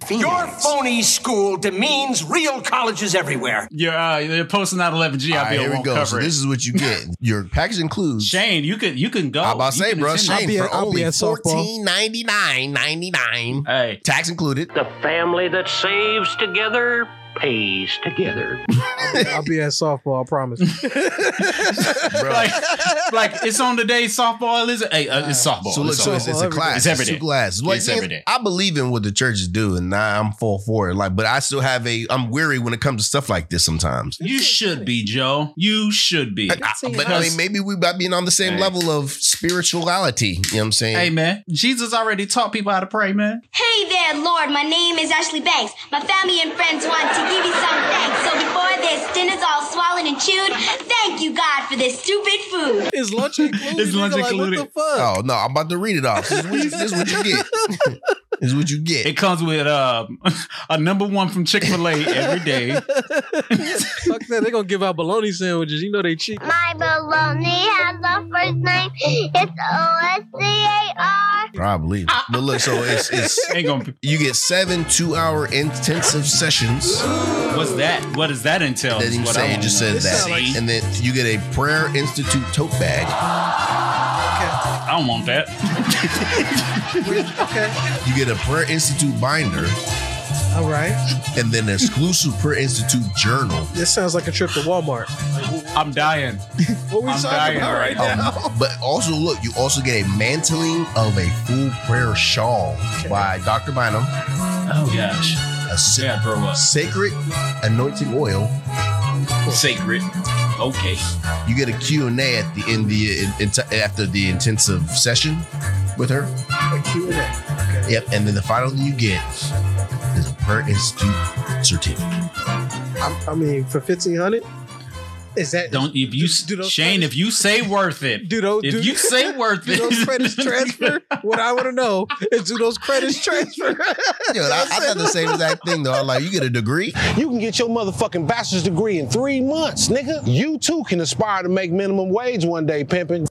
S11: Your phony school demeans real colleges everywhere.
S4: You're uh, you're posting out 11G.
S3: All
S4: I
S3: right,
S4: feel
S3: here we
S4: won't
S3: go. So
S4: cover it.
S3: this is what you get. Your package includes
S4: Shane. You could you can go.
S3: I about to
S4: You
S3: say,
S4: can
S3: bro,
S4: attend it.
S3: Shane, for only fourteen ninety nine ninety nine.
S4: Hey,
S3: tax included.
S22: The family that saves together pays together.
S2: I'll be at softball. I promise.
S4: like, like it's on the day softball is. Hey, uh, it's softball.
S3: So look,
S4: it's
S3: so it's,
S4: softball.
S3: it's a class.
S4: It's every
S3: two
S4: day.
S3: classes. Like,
S4: it's
S3: man,
S4: every day.
S3: I believe in what the churches do, and I, I'm full for it. Like, but I still have a. I'm weary when it comes to stuff like this sometimes.
S4: You should be Joe. You should be.
S3: But I mean, maybe we about being on the same
S4: Hey.
S3: level of spirituality. You know what I'm saying?
S4: Hey man, Jesus already taught people how to pray, man.
S23: Hey there, Lord. My name is Ashley Banks. My family and friends want to give you some thanks. So before this dinner's all swallowed and chewed, thank you, God, for this stupid food.
S2: Is lunch included?
S3: It's lunch included. Oh no, I'm about to read it off. This is what you, this is what you get. This is what you get.
S4: It comes with uh, a number one from Chick Fil A every day.
S2: Fuck that. They're gonna give out bologna sandwiches. You know they cheap.
S24: My baloney has a first name. It's O S C A R.
S3: Probably.
S4: Ah.
S3: But look, so it's it's
S4: Ain't gonna-
S3: you get seven two hour intensive sessions.
S4: What's that? What does that entail?
S3: That
S4: Is
S3: didn't
S4: what I
S3: say it
S4: wanna
S3: just
S4: know.
S3: says that. and then you get a prayer institute tote bag.
S4: I don't want that.
S2: okay.
S3: You get a prayer institute binder
S2: All right.
S3: and then an exclusive prayer institute journal.
S2: This sounds like a trip to Walmart.
S4: I'm dying.
S2: What we
S4: I'm
S2: talking
S4: dying
S2: about right
S4: right
S2: now?
S3: Um, but also look, you also get a mantling of a full prayer shawl by Dr. Bynum.
S4: Oh gosh.
S3: A sa-
S4: bro, what?
S3: sacred anointing oil.
S4: Sacred. Okay.
S3: You get a Q&A at the end the in- after the intensive session with her. Yep, and then the final thing you get is a prayer institute certificate.
S2: I, I mean, for fifteen hundred. Is that
S4: don't if you Shane if you say worth it
S2: do those
S4: if
S2: do-
S4: you say worth
S2: do those
S4: it
S2: credits transfer? what I want to know is do those credits transfer?
S3: Yo, I, I thought the same exact thing though. I'm like, you get a degree?
S5: You can get your motherfucking bachelor's degree in three months, nigga. You too can aspire to make minimum wage one day, pimping.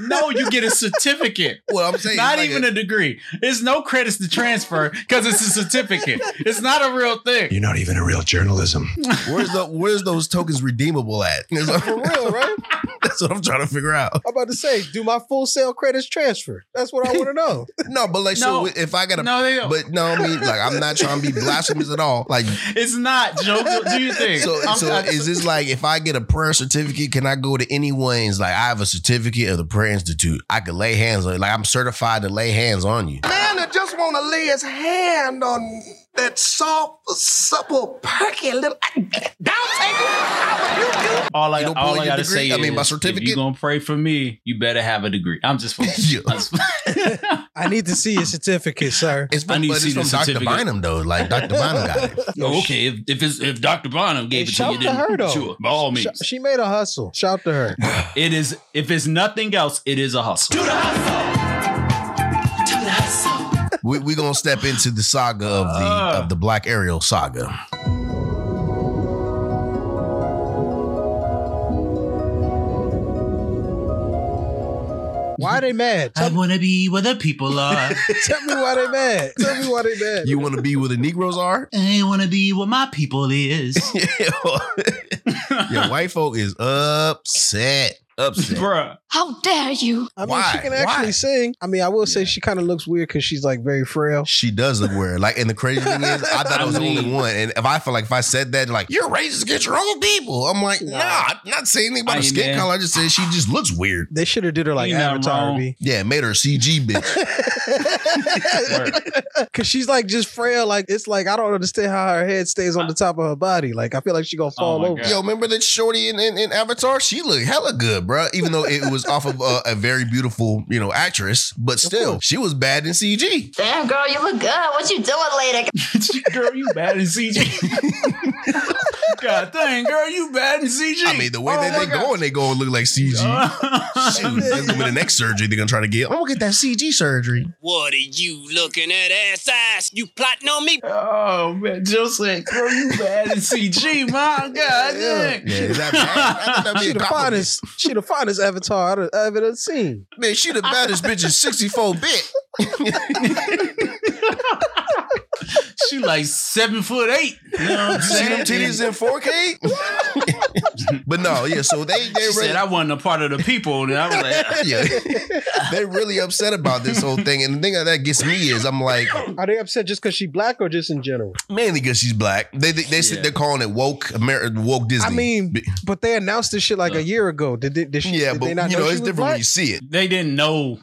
S4: no, you get a certificate.
S3: Well, I'm
S5: saying,
S4: not
S5: like
S4: even a, degree. It's no credits to transfer because it's a certificate. It's not a real thing.
S5: You're not even a real journalism.
S3: Where's the where's those tokens redeemable at?
S2: For real, right?
S3: That's what I'm trying to figure out.
S2: I'm about to say, do my full sale credits transfer? That's what I want to know.
S3: no, but like, so if I got a,
S4: No, they don't.
S3: but no, I mean, like, I'm not trying to be blasphemous at all. Like,
S4: It's not. Joe, do you think?
S3: so,
S4: I'm-
S3: so
S4: I-
S3: is this like if I get a prayer certificate, can I go to anyone's? Like, I have a certificate of the prayer institute. I could lay hands on you. Like, I'm certified to lay hands on you.
S6: Man that just want to lay his hand on that soft, supple, perky little. Don't take it. How would you do?
S4: all I,
S6: You don't
S4: all
S6: pull your
S4: I gotta
S6: degree?
S4: say
S6: I mean, my
S4: is, if
S6: certificate?
S4: you gonna pray for me, you better have a degree. I'm just fucking. I'm just-
S2: I need to see a certificate, sir.
S3: It's
S4: I need to see the certificate.
S3: though. Like Dr. Bynum got it.
S4: Oh, okay, if if, it's, if Dr. Bonham gave it to
S2: Shout
S4: you,
S2: to
S4: then
S2: her though.
S4: sure, by all means.
S2: Sh- she made a hustle. Shout to her.
S4: It is if it's nothing else, it is a hustle.
S3: we we gonna step into the saga of the of the Black Ariel saga.
S2: Why are they mad?
S4: I wanna be where the people are.
S2: Tell me why they mad. Tell me why they mad.
S3: You want to be where the Negroes are?
S4: I wanna be where my people is.
S3: Your white folk is upset, upset.
S4: Bruh.
S16: How dare you?
S2: I mean,
S3: Why?
S2: she can
S3: Why?
S2: actually sing. I mean, I will say she kind of looks weird because she's like very frail.
S3: She does look weird. Like, and the crazy thing is, I thought I was the only
S2: mean-
S3: one. And if I feel like if I said that, like you're racist against your own people, I'm like, nah, I'm not saying anything about
S2: Hey,
S3: her skin
S2: man.
S3: color. I just said she just looks weird.
S2: They should have did her like
S3: Ain't nothing
S2: Avatar
S3: wrong.
S2: B.
S3: Yeah, made her a CG bitch.
S2: Cause she's like just frail. Like it's like I don't understand how her head stays on the top of her body. Like I feel like she gonna
S3: Oh
S2: fall over.
S3: Yo, remember that shorty in, in, in Avatar? She looked hella good, bruh. Even though it was off of a, a very beautiful, you know, actress, but still, she was bad in CG.
S16: Damn, girl, you look good. What you doing later?
S4: girl, you bad in CG. God dang, girl, you bad in CG.
S3: I mean, the way
S4: Oh
S3: that
S4: my
S3: they going, they going to look like CG.
S2: Oh.
S3: Shoot, that's gonna be the next surgery they're gonna try to get. I'm gonna get that CG surgery.
S8: What are you looking at, ass ass? You plotting on me?
S4: Oh man, Joe said, "Girl, you bad in CG, my God, dang."
S3: Yeah, is that bad? That'd be
S2: She
S3: a
S2: the
S3: compliment.
S2: finest. She the finest Avatar I've ever seen.
S3: Man, she the baddest bitch is 64 bit.
S4: She like seven foot eight. You know what I'm
S3: You see them
S4: saying?
S3: titties in 4K? but no, yeah. So they they
S4: She
S3: really,
S4: said I wasn't a part of the people, and I was like,
S3: yeah, they really upset about this whole thing. And the thing that gets me is I'm like,
S2: Are they upset just because she black or just in general?
S3: mainly because she's black. They they, they said they're calling it woke Amer- woke Disney.
S2: I mean, but they announced this shit like a year ago. Did, did, did she?
S3: yeah,
S2: did
S3: but
S2: they not
S3: you know
S2: she
S3: it's
S2: was
S3: different
S2: black?
S3: when you see it.
S4: they didn't know.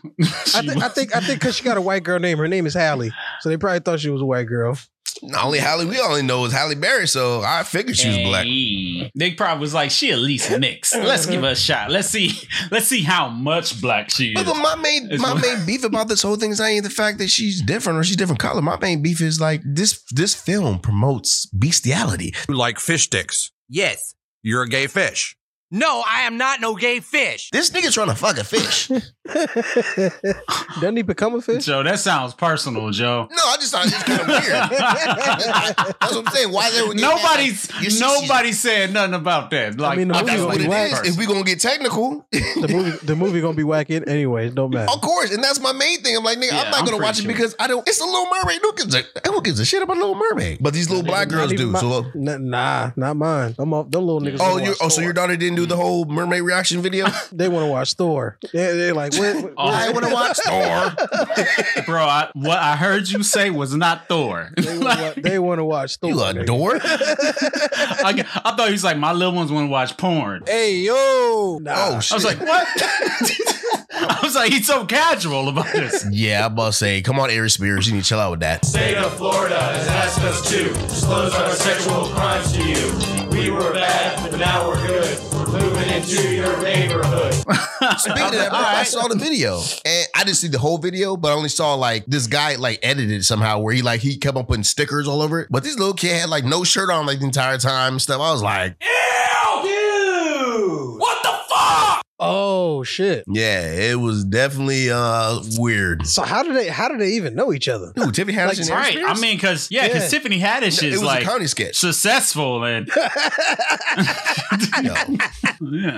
S2: I, thi- I think I think because she got a white girl name. Her name is Hallie, so they probably thought she was a white girl.
S3: Not only Halle, we only know is Halle Berry, so I figured she was black.
S4: Hey. They probably was like, she at least mixed. Let's give her a shot. Let's see. Let's see how much black she is.
S3: But my main
S4: It's
S3: my
S4: what-
S3: main beef about this whole thing is not even the fact that she's different or she's different color. My main beef is like this this film promotes bestiality.
S9: Like fish sticks. Yes. You're a gay fish. No, I am not no gay fish.
S3: This nigga trying to fuck a fish. no,
S2: Doesn't he become a fish?
S4: Joe, that sounds personal, Joe.
S3: I just thought it was kind of weird. That's what I'm saying. Why they would get mad, like,
S4: Nobody's
S3: you see
S4: nobody said nothing about that. Like,
S2: mean, the
S4: that's
S2: movie
S4: like
S2: was
S4: that
S2: whack.
S4: person.
S3: If we gonna get technical,
S2: The movie, the movie gonna be whack it anyways. Don't matter.
S3: of course, and that's my main thing. I'm like, nigga, I'm
S2: Yeah,
S3: not
S2: I'm
S3: gonna
S2: pretty
S3: watch it
S2: sure.
S3: because I don't. It's a Little Mermaid. Who gives a who gives a shit about Little Mermaid? But these little black
S2: Not
S3: girls
S2: even
S3: do.
S2: my-
S3: so
S2: Nah, nah, not mine. I'm off. Them little niggas.
S3: oh,
S2: wanna
S3: you
S2: watch
S3: oh, so your daughter didn't do the whole mermaid reaction video?
S2: They want to watch Thor. They, they like, where, where-
S4: I
S2: where-
S4: wanna watch Bro, I, what I heard you say was not Thor.
S2: They wanna wa- They want to watch Thor.
S4: You
S2: nigga.
S3: door?
S4: I, g- I thought he was like, my little ones want to watch porn.
S2: Hey yo!
S4: Oh, I was like, what? I was like, he's so casual about this.
S3: yeah, I'm about to say, come on, Aries Spears, you need to chill out with that.
S25: State of Florida has asked us to disclose our sexual crimes to you. We were bad, but now we're good. We're moving into your neighborhood.
S3: Speaking of that, bro, I saw the video and I didn't see the whole video, but I only saw like this guy like edited it somehow where he like he kept on putting stickers all over it. But this little kid had like no shirt on like the entire time and stuff. I was like,
S25: Ew!
S2: Oh shit.
S3: Yeah, it was definitely uh weird.
S2: So how do they how do they even know each other?
S3: Dude, Tiffany Haddish and Eric
S4: right.
S3: Spears?
S4: I mean, because yeah, because
S3: Yeah.
S4: Tiffany Haddish
S3: No,
S4: is
S3: it was a
S4: like
S3: comedy sketch.
S4: successful and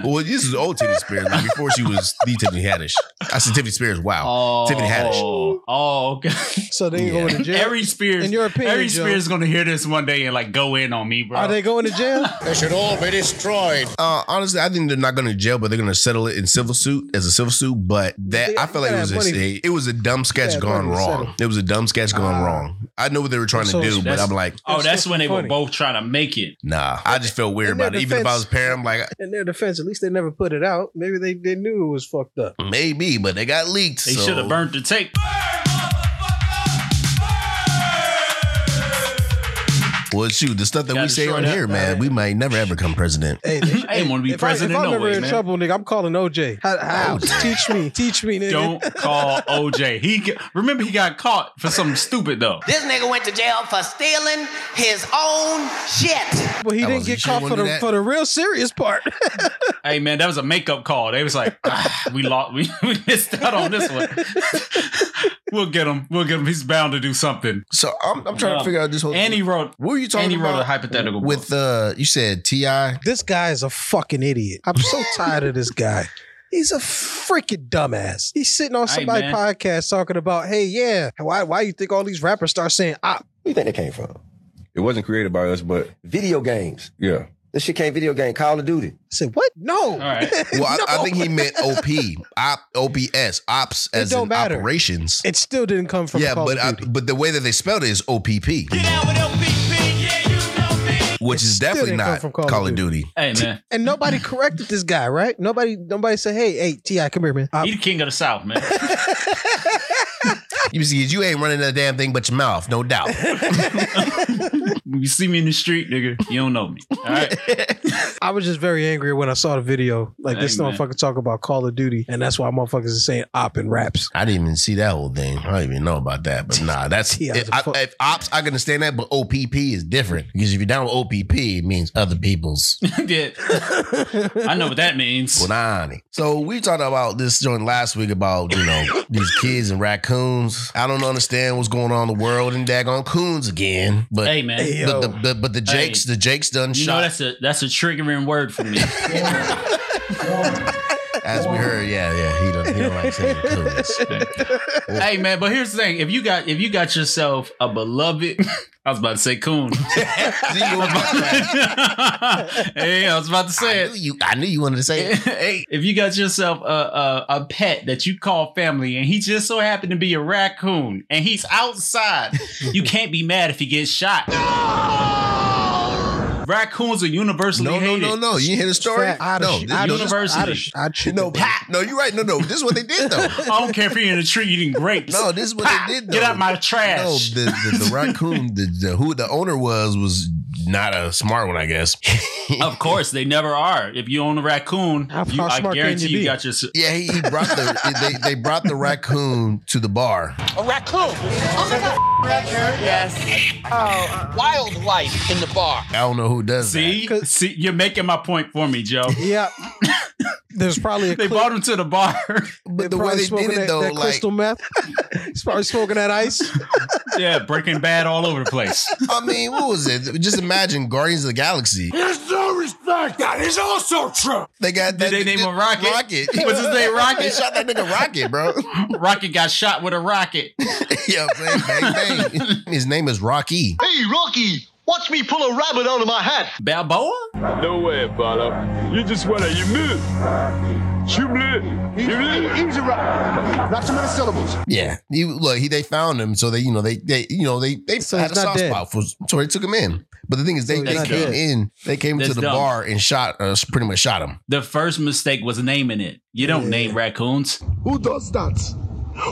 S3: Well, this is old Tiffany Spears like, before she was the Tiffany Haddish. I said Tiffany Spears. Wow, Tiffany Haddish.
S4: Oh, okay.
S2: So they go to jail.
S4: Every Spears,
S2: In your opinion,
S4: every
S2: Joe.
S4: Spears is gonna hear this one day and like go in on me, bro.
S2: Are they going to jail?
S3: They should all be destroyed. Uh, honestly, I think they're not going to jail, but they're going to settle it in civil suit as a civil suit. But that I felt like it
S2: gotta
S3: was
S2: have money-
S3: a, it was a dumb sketch
S2: Yeah,
S3: gone
S2: money to
S3: wrong.
S2: settle. Ah.
S3: It was a dumb sketch gone wrong. I know what they were trying
S2: So
S3: to do, but
S4: that's-
S3: I'm like,
S4: oh, that's when they were
S2: funny.
S4: both trying to make it.
S3: nah. I just felt weird
S2: In their
S3: about it. Even if I
S2: defense-
S3: was a parent, I'm like,
S2: In their defense, at least they never put it out. Maybe they, they knew it was fucked up.
S3: maybe, but they got leaked.
S4: They
S3: so-
S4: should have burnt the tape.
S3: Well, shoot, the stuff that we
S4: Gotta
S3: say
S4: short
S3: on
S4: it up.
S3: here, man, we might never ever come president.
S2: Hey, they,
S4: I ain't want to be
S2: if, I, if
S4: president.
S2: I'm
S4: no
S2: ever
S4: way,
S2: in
S4: man.
S2: trouble, nigga, I'm calling OJ. How, how? teach me, teach me, nigga.
S4: Don't call OJ. He g- remember he got caught for something stupid though.
S1: This nigga went to jail for stealing his own shit.
S2: But he
S4: I
S2: didn't
S4: wasn't
S2: get
S4: sure
S2: caught
S4: when
S2: for
S4: did
S2: the
S4: that-
S2: for the real serious part.
S4: Hey man, that was a makeup call. They was like, "Ah, we lost, we, we missed out on this one. we'll get him. We'll get him. He's bound to do something.
S3: So I'm, I'm trying to figure out this whole.
S4: And he wrote.
S3: What were you talking
S4: and he Uh, wrote a
S3: about
S4: hypothetical book.
S3: with uh, you said Ti.
S2: this guy is a fucking idiot. I'm so tired of this guy. He's a freaking dumbass. He's sitting on
S4: Hey,
S2: somebody's
S4: man.
S2: podcast talking about, hey, yeah, why why you think all these rappers start saying op?
S10: Where you think that came from? It wasn't created by us, but video games. Yeah. This shit came video game, Call of Duty.
S2: I said, what? No. All
S4: right.
S3: Well, I, I think he meant OP, op, OPS, ops as
S2: don't
S3: in
S2: matter.
S3: operations.
S2: It still didn't come from
S3: yeah,
S2: Call
S3: but
S2: of
S3: I,
S2: Duty.
S3: but the way that they spelled it is OPP, which is
S2: still
S3: definitely
S2: didn't come
S3: not
S2: from
S3: Call,
S2: Call of
S3: of Duty.
S4: Hey man,
S2: and nobody corrected this guy, right? Nobody nobody said, hey, hey, T.I., come here, man. Op.
S4: he the king of the South, man.
S3: You see, you ain't running that damn thing but your mouth, no doubt.
S4: When you see me in the street, nigga, you don't know me. All right.
S2: I was just very angry when I saw the video. Like, this
S4: Hey, man.
S2: motherfucker talking about Call of Duty, and that's why motherfuckers is saying op and raps.
S3: I didn't even see that whole thing. I don't even know about that. But nah, that's
S2: Yeah,
S3: if,
S2: the
S3: I,
S2: fu-
S3: if ops, I can understand that. But OPP is different because if you're down with OPP, it means other people's.
S4: Yeah. I know what that means.
S3: Punani. So we talked about this joint last week about you know these kids and raccoons. I don't understand what's going on in the world and daggone coons again. But
S4: Hey, man. Hey, yo.
S3: but the, the, but the Jakes,
S4: Hey.
S3: the Jakes done
S4: You know
S3: shot
S4: that's a that's a triggering word for me.
S3: as we heard. Yeah, yeah, he don't, he don't like saying coons.
S4: hey man, but here's the thing: if you got if you got yourself a beloved, I was about to say coon. hey, I was about to say it.
S3: you, I knew you wanted to say it.
S4: hey, if you got yourself a, a a pet that you call family, and he just so happened to be a raccoon, and he's outside, you can't be mad if he gets shot. Raccoons are universally
S3: No, no,
S4: hated.
S3: no, no. You didn't hear the story?
S2: I'd
S3: no,
S2: have-
S3: this-
S2: I'd
S3: no,
S2: have-
S3: this-
S2: I'd
S4: University.
S2: have- I'd shoot
S3: no,
S2: that
S3: no, you're right. No, no. This is what they did though.
S4: I don't care if you're in a tree eating grapes.
S3: No, this is what
S4: Pop,
S3: they did. Though.
S4: Get out my trash.
S3: No, the, the, the raccoon, the, the who the owner was was not a smart one, I guess.
S4: Of course, they never are. If you own a raccoon,
S2: How-
S4: you,
S2: how
S4: I
S2: smart can
S4: guarantee
S2: you
S4: you,
S2: be?
S4: got your.
S3: yeah, he, he brought the they, they brought the raccoon to the bar.
S1: A raccoon. Oh my god. Yes. Oh. Wildlife in the bar.
S3: I don't know who does
S4: See, see, you're making my point for me, Joe.
S2: Yeah. There's probably a
S4: They brought him to the bar.
S3: But the
S2: probably
S3: way they
S2: smoking
S3: did it
S2: that,
S3: though,
S2: that
S3: like
S2: crystal meth. He's probably smoking that ice.
S4: yeah, Breaking Bad all over the place.
S3: I mean, what was it? Just imagine Guardians of the Galaxy.
S4: There's no respect. That is also true.
S3: They got
S4: Did they name him Rocket?
S3: Rocket.
S4: What's his name, Rocket?
S3: They shot that nigga Rocket, bro.
S4: Rocket got shot with a rocket.
S3: you know what I'm saying? Bang, bang. His name is Rocky.
S12: Hey, Rocky, watch me pull a rabbit out of my hat.
S4: Balboa?
S12: No way, Bala. You just wanna, you move. You move. You move. Easy, rabbit. Not too many syllables.
S3: Yeah, he, look, he they found him, so they you know they they you know they they
S2: So
S3: had a
S2: he's not
S3: soft
S2: dead.
S3: spot for, so they took him in. But the thing is, they,
S2: So he's
S3: they
S2: not
S3: came
S2: dead.
S3: in, they came
S4: That's
S3: to the
S4: dumb.
S3: bar and shot, uh, pretty much shot him.
S4: The first mistake was naming it. You don't name raccoons.
S12: Who does that?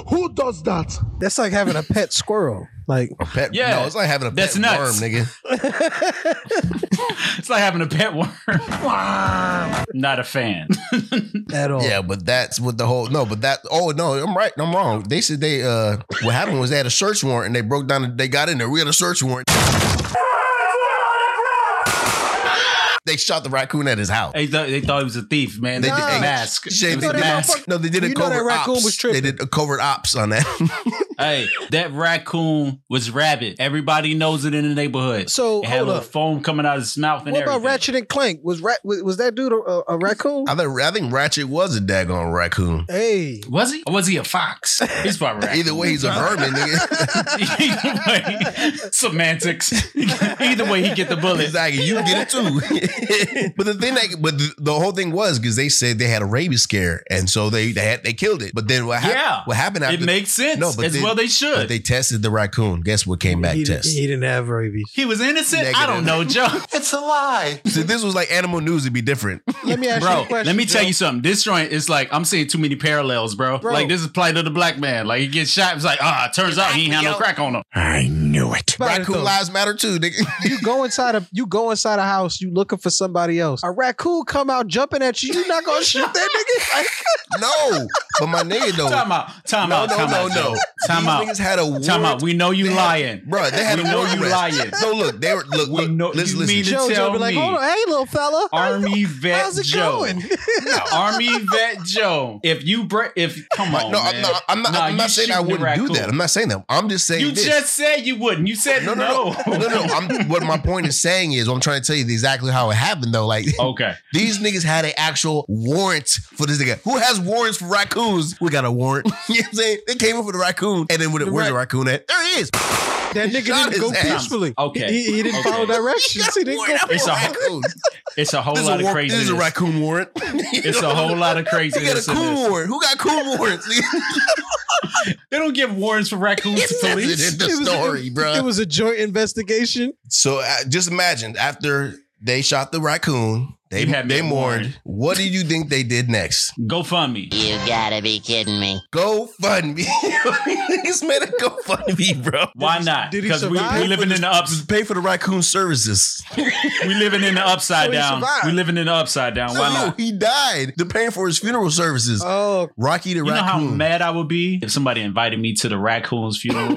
S12: Who does that?
S2: That's like having a pet squirrel. Like
S3: A pet,
S4: Yeah,
S3: no, it's like having a
S4: that's
S3: pet
S4: nuts.
S3: worm, nigga.
S4: It's like having a pet worm. Not a fan.
S2: at all.
S3: Yeah, but that's what the whole no, but that oh no, I'm right, I'm wrong. They said they uh, what happened was they had a search warrant and they broke down, they got in there. We had a search warrant. They shot the raccoon at his house.
S4: They thought, they thought he was a thief, man.
S3: They
S4: They did
S3: did-
S4: a
S3: hey,
S4: mask.
S3: Shay,
S4: It was
S3: they
S4: a
S3: did-
S4: mask.
S3: No, they did a covert ops. They did a covert ops on that.
S4: hey, that raccoon was rabid. Everybody knows it in the neighborhood.
S2: So,
S4: it had a
S2: hold
S4: little
S2: up.
S4: foam coming out of his mouth and
S2: What
S4: everything.
S2: about Ratchet and Clank? Was rat was, was that dude a, a, a raccoon?
S3: I think I think Ratchet was a daggone raccoon.
S2: Hey,
S4: was he? Or was he a fox? He's probably raccoon.
S3: Either way, he's a vermin. nigga.
S4: Semantics. Either way, he get the bullet.
S3: Exactly. You get it too. but the thing that, but the, the whole thing was because they said they had a rabies scare, and so they they had they killed it. But then what happened?
S4: Yeah.
S3: What happened?
S4: It
S3: After,
S4: makes sense. As well they should.
S3: But they tested the raccoon. Guess what came back?
S2: he,
S3: test.
S2: he didn't have rabies.
S4: He was innocent. I don't know, Joe.
S3: it's a lie. So this was like Animal News. It'd be different.
S2: Let me ask
S4: bro,
S2: you a question.
S4: let me tell
S2: Joe.
S4: you something. This joint is like I'm seeing too many parallels, bro.
S2: Bro.
S4: Like this is plight of the black man. Like he gets shot. It's like ah, it turns out he ain't had no crack on him.
S3: I knew it.
S2: About it,
S3: Raccoon
S2: though.
S3: lives matter too, nigga.
S2: You go inside a you go inside a house. You looking for somebody else. A raccoon come out jumping at you. You not gonna shoot that nigga. Like,
S3: no, but my nigga though.
S4: Time out. Time
S3: No,
S4: out.
S3: no,
S4: time
S3: no,
S4: out, Joe.
S3: no.
S4: Time
S3: These
S4: out.
S3: niggas had a
S4: Time out.
S3: warrant.
S4: We know you
S3: They had-
S4: lying,
S3: Bro, they had
S4: we
S3: a
S4: know
S3: warrant
S4: you
S3: arrest.
S4: lying.
S3: No, look, they were look. look
S4: know-
S3: listen,
S4: you
S3: listen.
S4: mean to
S2: Joe, Joe
S4: tell
S2: be like,
S4: me.
S2: hold on, hey little fella,
S4: Army vet
S2: how's it
S4: Joe.
S2: going?
S4: Army vet Joe. If you break, if come on,
S3: no,
S4: Oh, man.
S3: I'm not. I'm not,
S4: Nah,
S3: I'm
S4: you
S3: not saying I
S4: shooting the
S3: wouldn't do
S4: raccoon.
S3: that. I'm not saying that. I'm just saying
S4: You
S3: this.
S4: just said you wouldn't. You said no.
S3: no, no, no, no. I'm, what my point is saying is, I'm trying to tell you exactly how it happened, though. Like,
S4: Okay.
S3: these niggas had an actual warrant for this nigga. Who has warrants for raccoons? We got a warrant. you know what I'm saying? They came in for the raccoon, and then with the, where's the raccoon at? There he is.
S2: That nigga
S3: Shot
S2: didn't go
S3: his ass.
S2: peacefully.
S4: Okay.
S2: He, he didn't
S4: Okay.
S2: follow directions. He didn't go.
S4: It's a
S3: Raccoon.
S4: it's a whole
S3: This is a
S4: lot of
S3: war-
S4: craziness.
S3: This is a raccoon warrant.
S4: It's a whole lot of
S3: They got a
S4: craziness. in
S3: coon
S4: this.
S3: warrant. Who got coon warrants?
S4: They don't give warrants for raccoons to
S3: That's
S4: police.
S3: it in the story, bro.
S2: It was a joint investigation.
S3: So uh, just imagine after they shot the raccoon, they
S4: You had me
S3: they
S4: at
S3: mourned.
S4: one.
S3: What do you think they did next?
S4: GoFundMe.
S18: You gotta be kidding me.
S3: Go fund me. Niggas made a go fund me, bro.
S4: Why not?
S2: did he
S4: Because we,
S2: survive?
S4: we living in the ups.
S3: Just pay for the raccoon services.
S4: We living in the upside
S2: So he
S4: down.
S2: survived.
S4: We living in the upside down. Why
S3: No,
S4: not? Uh,
S3: he died. They're paying for his funeral services.
S2: Oh,
S3: Rocky the
S4: You know how
S3: raccoon.
S4: mad I would be if somebody invited me to the raccoon's funeral.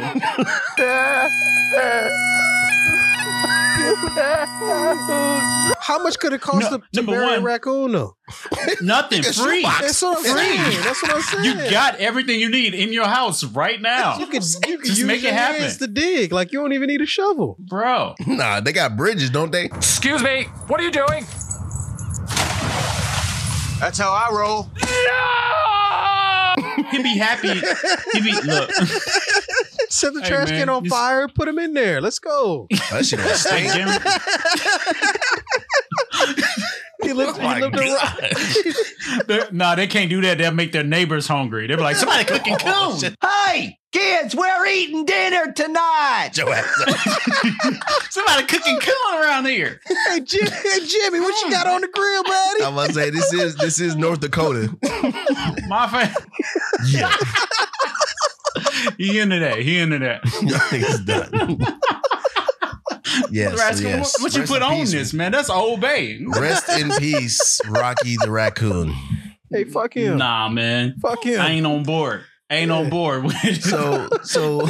S2: How much could it cost
S4: No,
S2: to, to
S4: number
S2: bury a
S4: one.
S2: raccoon? Though
S4: Nothing
S3: Nigga,
S4: free.
S3: shoebox.
S2: that's what I'm
S3: Free.
S2: saying. That's what I'm saying.
S4: You got everything you need in your house right now,
S2: You can, you can
S4: Just
S2: use
S4: make it
S2: your
S4: happen.
S2: hands to dig. Like you don't even need a shovel.
S4: bro.
S3: Nah, they got bridges, don't they?
S9: Excuse me, what are you doing?
S6: That's how I roll.
S4: He'd be happy. He'd be look.
S2: Set the
S4: Hey,
S2: trash
S4: man,
S2: can on
S4: just-
S2: fire. Put them in there. Let's go.
S3: That shit don't
S4: Hey,
S3: stink.
S4: Jimmy,
S2: He
S4: Oh
S2: lived.
S3: My
S2: he lived
S3: God.
S2: around.
S4: they're- nah, they can't do that. They'll make their neighbors hungry. They'll be like, somebody cooking
S3: Oh,
S4: coon.
S6: Hey, kids, we're eating dinner tonight.
S3: Your ass up.
S4: Somebody cooking coon around here.
S2: Hey, Jim, hey Jimmy, what you got on the grill, buddy?
S3: I'm about to say this is this is North Dakota.
S4: My fan.
S3: Yeah.
S4: He into that. He into that.
S3: Nothing's done. yes,
S4: Rascal,
S3: yes.
S4: what, what you
S3: Rest
S4: put
S3: in
S4: on
S3: peace.
S4: this, man? That's old bay.
S3: Rest in peace, Rocky the raccoon.
S2: Hey, fuck him.
S4: Nah, man.
S2: Fuck him.
S4: I ain't on board. Ain't on board. with-
S3: So so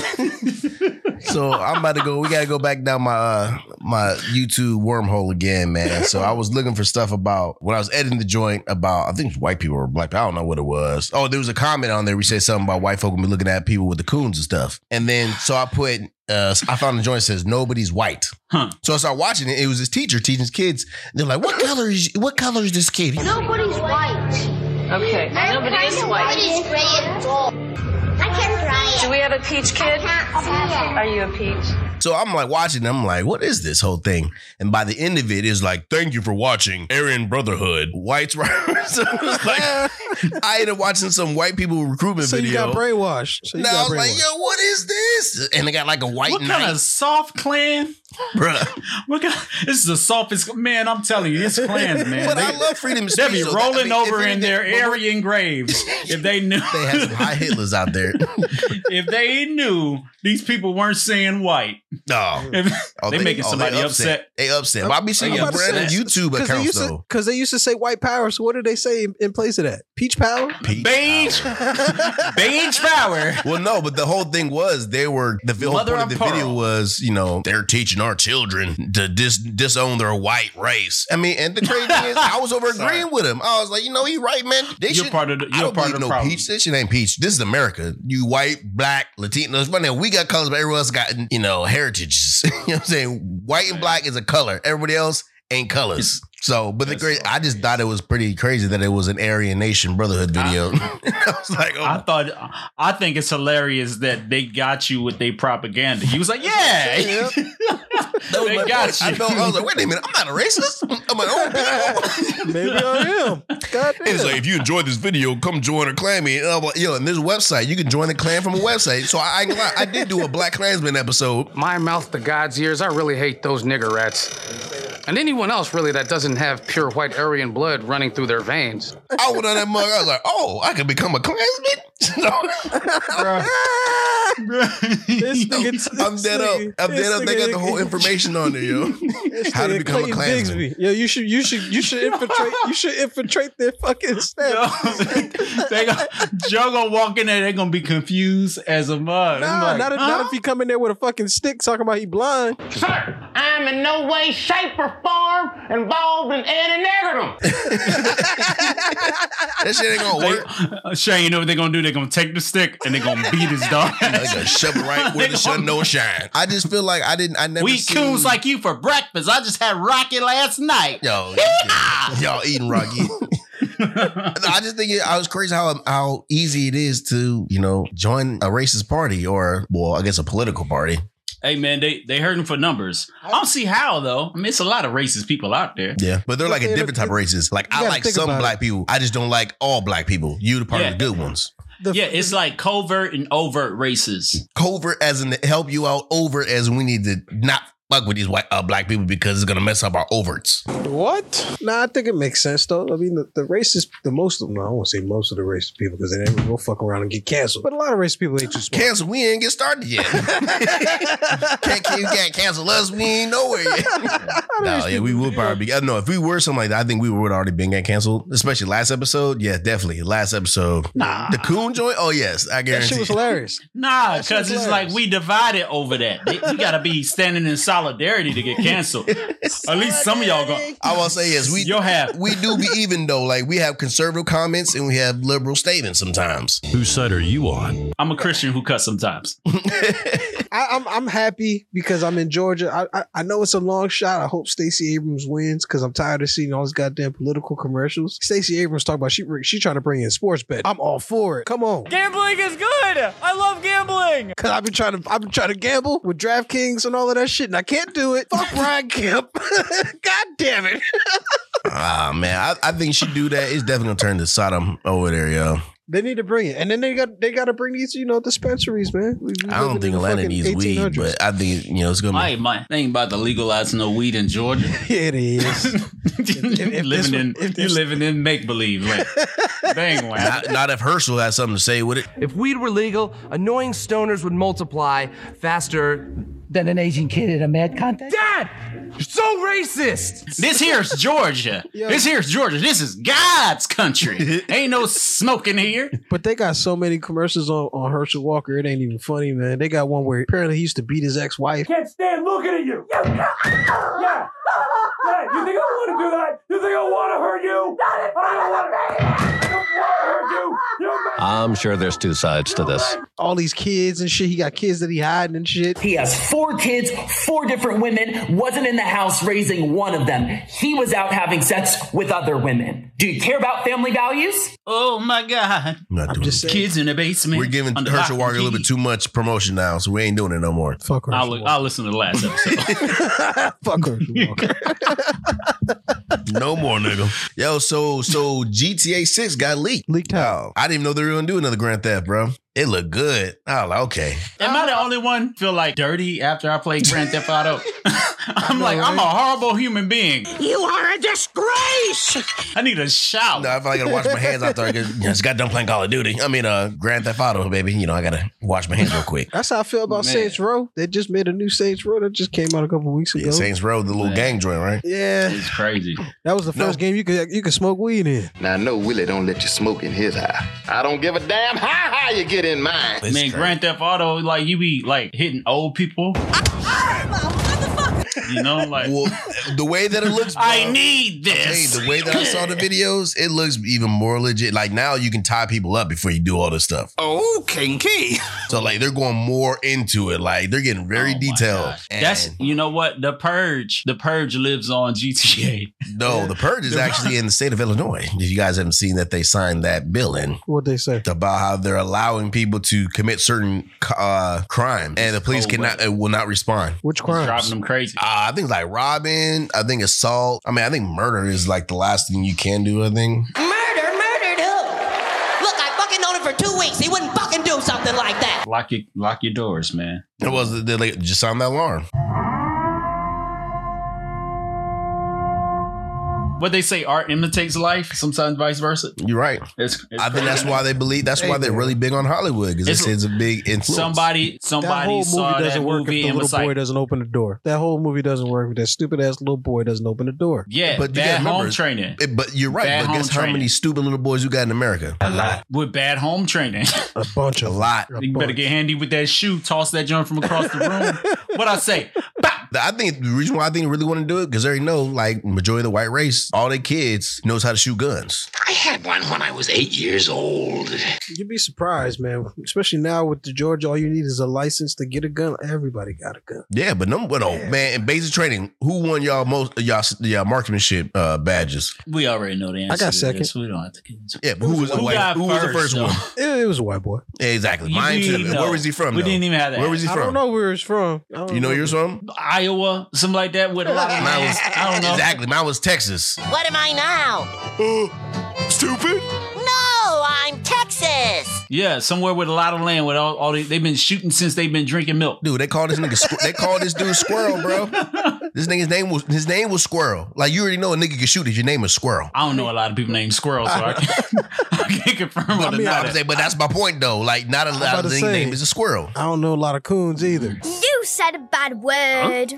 S3: so I'm about to go. We gotta go back down my uh, my YouTube wormhole again, man. So I was looking for stuff about when I was editing the joint about I think it was white people or black. people. I don't know what it was. Oh, there was a comment on there. We said something about white folk gonna be looking at people with the coons and stuff. And then so I put uh, I found the joint that says nobody's white.
S4: Huh.
S3: So I started watching it. It was his teacher teaching his kids. They're like, what color is what color is this kid?
S24: Nobody's white.
S7: Okay, nobody is white.
S24: Nobody's gray at all. I can dry
S7: Do we have a peach kid? Are you a peach?
S3: So I'm like watching, I'm like, what is this whole thing? And by the end of it, it's like, thank you for watching Aryan Brotherhood, Whites Right. so it was like, I ended up watching some white people recruitment
S2: So you
S3: video.
S2: got brainwashed. So you
S3: and I
S2: got
S3: was like,
S2: brainwashed.
S3: yo, what is this? And they got like a white
S4: what
S3: knight,
S4: kind of soft clan?
S3: bruh.
S4: What kind this is the softest man. I'm telling you, this clan, man.
S3: But
S4: they,
S3: I love freedom of
S4: they'll
S3: speech.
S4: be
S3: so that- I
S4: rolling
S3: mean, if
S4: over in
S3: anything-
S4: their
S3: but what-
S4: Aryan graves if they knew.
S3: They have some high Hitlers out there.
S4: if they knew these people weren't saying white,
S3: No,
S4: If-
S3: Oh,
S4: they making
S3: oh,
S4: somebody upset.
S3: They upset. But I be seeing
S4: I'm
S3: a
S4: about to
S3: brand of
S4: say-
S3: YouTube
S2: Because they
S3: accounts
S2: used to,
S3: though.
S2: because they used to say white power. So what did they say in, in place of that? Peach Power?
S4: Beige, beige power.
S3: Well, no, but the whole thing was they were the whole
S4: Mother
S3: point
S4: of
S3: of the
S4: pearl.
S3: video was you know they're teaching our children to dis- disown their white race. I mean, and the crazy thing is, I was over agreeing with him. I was like, you know, he right, man. They
S4: You're
S3: should,
S4: part of the-
S3: I
S4: you're
S3: don't
S4: part
S3: believe
S4: of the
S3: no
S4: problem.
S3: peach. This shit ain't peach. This is America. You white, black, Latino. It's funny. We got colors, but everyone else got you know heritages. you know what I'm saying? White and black is a color. Everybody else ain't colors. So, but the great, I just thought it was pretty crazy that it was an Aryan Nation Brotherhood video. oh,
S4: I thought, I think it's hilarious that they got you with their propaganda. He was like, yeah, they got you.
S3: I, know, I was like, wait a minute, I'm not a racist. I'm an old people.
S2: Maybe I am.
S3: It's like if you enjoyed this video, come join a clan meeting. And I'm like, yo, and there's a website. You can join the clan from a website. So I I, ain't gonna lie, I did do a Black Klansman episode.
S13: My mouth to God's ears, I really hate those nigger rats. And anyone else, really, that doesn't have pure white Aryan blood running through their veins.
S3: I went on that mug. I was like, oh, I could become a Klansman.
S2: this nigga,
S3: I'm dead up. I'm dead up. They got the whole information on there, yo. How to become a Klansman.
S2: Yo, you should, you should, you should infiltrate. You should infiltrate their fucking staff.
S4: they got, Joe gonna walk in there, they're gonna be confused as a mug.
S2: Nah,
S4: I'm like,
S2: not, if-
S4: huh?
S2: not if he come in there with a fucking stick talking about he blind. Sir,
S14: I'm in no way, shape, or form involved in any negativism.
S3: That shit ain't gonna work.
S4: Shane, you know what they're gonna do? They're gonna take the stick and they're gonna beat his dog.
S3: They gonna shove it right where the sun don't shine. I just feel like I didn't. I never.
S4: We
S3: seen-
S4: coons like you for breakfast. I just had rocket last night.
S3: Yo, y'all eating Rocky. No, I just think it, I was crazy how how easy it is to you know join a racist party or well I guess a political party.
S4: Hey man, they they hurting for numbers. I don't see how though. I mean, it's a lot of racist people out there.
S3: Yeah, but they're like a different type of racist. Like I
S4: gotta
S3: like
S4: think
S3: some
S4: about it.
S3: black people. I just don't like all black people. You the part of the good ones.
S4: yeah, it's like covert and overt races.
S3: Covert as in help you out. Overt as we need to not fuck with these white uh, black people because it's gonna mess up our overts.
S2: What? Nah, I think it makes sense though. I mean, the, the racist, the most of them. No, I won't say most of the racist people because then everyone will fuck around and get canceled. But a lot of racist people ain't too smart.
S3: Cancel. We ain't get started yet. can't, you can't cancel us. We ain't nowhere yet. No, yeah, we would probably be. uh, No, if we were something like that, I think we would already been got canceled. Especially last episode. Yeah, definitely last episode. Nah, the coon joint. Oh yes, I guarantee.
S2: hilarious.
S4: Nah,
S3: shit
S4: because
S3: was
S4: it's like we divided over that. They, we gotta be standing in solidarity to get canceled. At least some of y'all go.
S3: I will say yes. We
S4: Yo, have
S3: we do be even though. Like we have conservative comments and we have liberal statements sometimes.
S4: Whose side are you on? I'm a Christian who cuts sometimes.
S2: I, I'm I'm happy because I'm in Georgia. I, I I know it's a long shot. I hope Stacey Abrams wins because I'm tired of seeing all these goddamn political commercials. Stacey Abrams talking about she she trying to bring in sports bet. I'm all for it. Come on,
S15: Gambling is good. I love gambling.
S2: because I've been trying to I've been trying to gamble with DraftKings and all of that shit, and I can't do it. Fuck Ryan Kemp. God damn it.
S3: Ah man, I, I think she do that. It's definitely gonna turn to Sodom over there, yo.
S2: They need to bring it, and then they got they got to bring these you know dispensaries, man. We- we
S3: I
S2: living
S3: don't think
S2: in the
S3: Atlanta
S2: fucking
S3: needs weed,
S2: 1800s.
S3: but I think you know it's gonna. be
S4: I ain't mind. They ain't about to legalize no weed in Georgia.
S2: it is.
S4: living in you living in make believe land. They ain't lying.
S3: Not, not if Herschel has something to say with it.
S17: If weed were legal, annoying stoners would multiply faster than an Asian kid in a mad contest. Dad! You're so racist!
S4: This here's Georgia. This here's Georgia. This is God's country. Ain't no smoking here.
S2: But they got so many commercials on, on Herschel Walker, it ain't even funny, man. They got one where apparently he used to beat his ex wife.
S15: Can't stand looking at you. Yeah. Yeah. Yeah. You think I want to do that? You think I want to hurt you? I don't want to. I don't want to hurt you.
S19: I'm sure there's two sides to this.
S2: All these kids and shit. He got kids that he hiding and shit.
S26: He has four kids, four different women, wasn't in the house raising one of them. He was out having sex with other women. Do you care about family values?
S4: Oh my God.
S3: I'm just
S4: saying. Kids in the basement.
S3: We're giving
S4: under
S3: Herschel
S4: lock
S3: Walker a
S4: and
S3: little bit too much promotion now, so we ain't doing it no more.
S2: Fuck
S4: I'll, li- I'll listen to the last episode.
S2: Fuck Herschel Walker.
S3: no more, nigga. Yo, so so GTA Six got leaked.
S2: Leaked
S3: how? I didn't even know they were gonna do another Grand Theft, bro. It looked good. I was like, okay.
S4: Am I the only one feel like dirty after I played Grand Theft Auto? I'm like, I'm a horrible human being.
S15: You are a disgrace!
S4: I need a shower.
S3: No, I feel like I gotta wash my hands after I get, just got done playing Call of Duty. I mean, uh, Grand Theft Auto, baby. You know, I gotta wash my hands real quick.
S2: That's how I feel about
S3: Man.
S2: Saints Row. They just made a new Saints Row that just came out a couple weeks ago.
S3: Yeah, Saints Row, the little gang joint, right?
S2: Yeah.
S3: It's crazy.
S2: That was the first game you could you could smoke weed in.
S5: Now, no, Willie don't let you smoke in his eye. I don't give a damn how high you get in mine.
S4: Man, Grand Theft Auto, like you be like hitting old people. You know, like
S3: the way that it looks.
S4: I
S3: bro.
S4: need this.
S3: Hey, the way that I saw the videos, it looks even more legit. Like now you can tie people up before you do all this stuff.
S9: Oh, kinky.
S3: So like they're going more into it. Like they're getting very detailed.
S4: That's you know what the purge. The purge lives on GTA.
S3: No, the purge is actually in the state of Illinois. If you guys haven't seen that, they signed that bill in
S2: What they say?
S3: about how they're allowing people to commit certain uh, crime, and the police cannot uh, will not respond.
S2: Which crimes? Driving
S4: them crazy.
S3: Uh, I think like robbing. I think assault. I mean, I think murder is like the last thing you can do. I think.
S11: Murder, murdered who? Look, I fucking known him for two weeks. He wouldn't fucking do something like that.
S4: Lock your lock your doors, man.
S3: It was they like, just sound that alarm.
S4: What they say, art imitates life. Sometimes vice versa.
S3: You're right.
S4: It's, it's
S3: I think that's why they believe. That's why they're really big on Hollywood because
S4: It's-
S3: it's, a big influence.
S4: somebody
S2: that
S4: somebody
S2: whole
S4: saw
S2: movie
S4: that
S2: doesn't work
S4: movie
S2: if the
S4: and
S2: little
S4: was
S2: boy
S4: like,
S2: doesn't open the door. That whole movie doesn't work if that stupid ass little boy doesn't open the door.
S4: yeah, but bad home training.
S3: it- but you're right.
S4: Bad
S3: but guess
S4: home
S3: how
S4: training.
S3: many stupid little boys you got in America? A lot.
S4: With bad home training.
S2: A bunch. A lot.
S4: you better get handy with that shoe. Toss that junk from across the room. what I say?
S3: I think the reason why I think they really want to do it because they already know like majority of the white race, all their kids knows how to shoot guns.
S5: I had one when I was eight years old.
S2: You'd be surprised, man. Especially now with the Georgia, all you need is a license to get a gun. Everybody got a gun.
S3: Yeah, but number no, man, in basic training, who won y'all most y'all y'all marksmanship uh, badges?
S4: We already know the answer.
S3: I got
S4: to
S3: second.
S4: This. We don't have to. get into it.
S3: Yeah, but who was the
S4: Who
S3: white,
S4: got
S3: who was the
S4: first,
S3: first
S4: though?
S3: one?
S2: It, it was a white boy.
S3: Yeah, exactly.
S4: You
S3: Mine
S4: didn't
S3: too.
S4: know.
S3: Where was he from?
S4: We
S3: though?
S4: didn't even have that.
S3: Where was he
S2: I don't
S3: from?
S2: know where he's from. I don't
S3: You know yours from?
S4: Iowa, something like that. With a lot of
S3: Mine was
S4: I don't know.
S3: exactly. Mine was Texas.
S18: What am I now?
S3: Stupid?
S18: No, I'm Texas.
S4: Yeah, somewhere with a lot of land. With all, all they, they've been shooting since they've been drinking milk.
S3: Dude, they call this nigga. Squ- they call this dude Squirrel, bro. This nigga's name was his name was Squirrel. Like you already know a nigga can shoot if your name is Squirrel.
S4: I don't know a lot of people named Squirrel, so I can't, I can't confirm or
S3: I mean,
S4: deny
S3: I'm
S4: that.
S3: saying, but that's my point though. Like not a
S2: I'm
S3: lot
S2: about to
S3: of thing
S2: say.
S3: name is a squirrel.
S2: I don't know a lot of coons either.
S18: You said a bad word.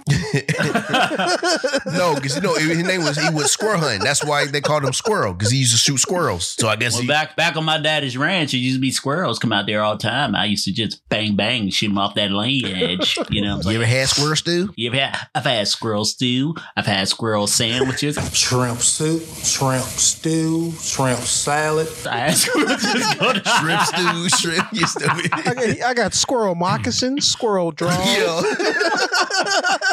S3: no, because you know his name was he was squirrel hunting. That's why they called him Squirrel because he used to shoot squirrels. So I guess
S4: Well,
S3: he,
S4: back back on my daddy's ranch, it used to be squirrels come out there all the time. I used to just bang bang shoot them off that lane edge. You know,
S3: you ever had squirrel stew?
S4: You ever had? I've had squirrel stew. I've had squirrel sandwiches.
S20: Shrimp soup, shrimp stew, shrimp salad.
S4: I had squirrel
S3: shrimp stew, shrimp. You still
S2: I got, I got squirrel moccasins, squirrel draws.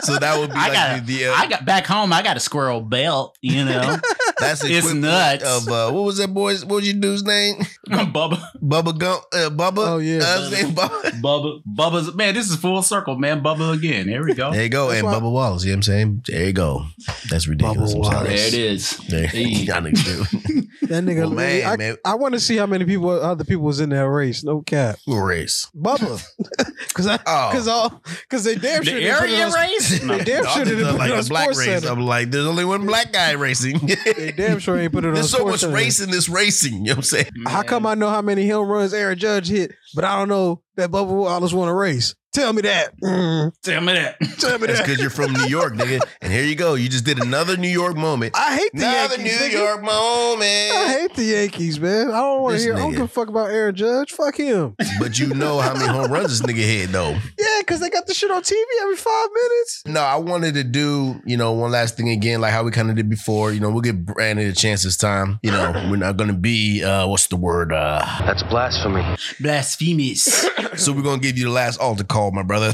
S3: so that would be
S4: I
S3: like
S4: got.
S3: the, uh,
S4: a- I got back home. I got a squirrel belt. You know,
S3: That's the
S4: It's
S3: equivalent
S4: nuts.
S3: Of uh, what was that boy's? What was your dude's name?
S4: Bubba.
S3: Bubba Gump. Uh, Bubba. Oh yeah. Bubba.
S4: Bubba. Bubba's man. This is full circle, man. Bubba again. There we go.
S3: There you go. and Bubba Wallace. You know what I'm saying? There you go. That's ridiculous. I'm sorry.
S4: There it is.
S3: There. Y'all niggas do.
S2: That nigga,
S3: Well, Oh, man,
S2: I,
S3: man.
S2: want to see how many people, other people was in that race. No cap.
S3: Who race?
S2: Bubba. Because I,
S3: Oh.
S2: because all, because they damn
S4: The
S2: sure didn't put it
S4: Aryan
S2: on-
S4: race?
S2: They damn
S3: No,
S2: sure
S3: this is
S2: didn't put
S3: like
S2: it on
S3: a black
S2: Sports
S3: race.
S2: Center.
S3: I'm like, there's only one black guy racing.
S2: They damn sure ain't put it on
S3: There's so
S2: Sports
S3: much
S2: Center.
S3: race in this racing. You know what I'm saying?
S2: How come I know how many home runs Aaron Judge hit, but I don't know that Bubba Wallace won a race? Tell me that. Mm.
S4: Tell me that.
S2: Tell me
S3: That's
S2: that.
S3: because you're from New York, nigga. And here you go. You just did another New York moment.
S2: I hate the
S3: another
S2: Yankees,
S3: New
S2: nigga.
S3: York moment.
S2: I hate the Yankees, man. I don't want to
S3: This
S2: hear. I don't
S3: nigga.
S2: give a fuck about Aaron Judge. Fuck him.
S3: But you know how many home runs this nigga hit, though.
S2: Yeah, because they got the shit on TV every five minutes.
S3: No, I wanted to do, you know, one last thing again, like how we kind of did before. You know, we'll give Brandon a chance this time. You know, we're not going to be, uh, what's the word? Uh, That's blasphemy.
S4: Blasphemous.
S3: So we're going to give you the last altar call, my brother.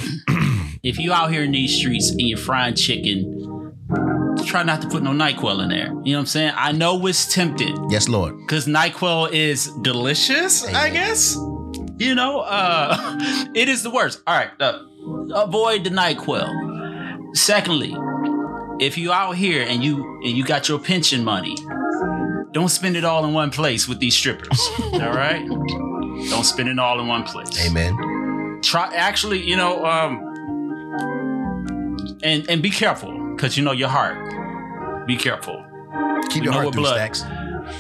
S4: If you out here in these streets and you're frying chicken, try not to put no NyQuil in there. You know what I'm saying? I know it's tempted.
S3: Yes, Lord.
S4: Because NyQuil is delicious, I guess. You know, uh, it is the worst. All right, uh, avoid the NyQuil. Secondly, if you out here and you and you got your pension money, don't spend it all in one place with these strippers. all right, don't spend it all in one place.
S3: Amen.
S4: Try actually, you know, um, and and be careful because you know your heart. Be careful. We
S3: Keep your
S4: know
S3: heart
S4: what
S3: through
S4: blood.
S3: stacks.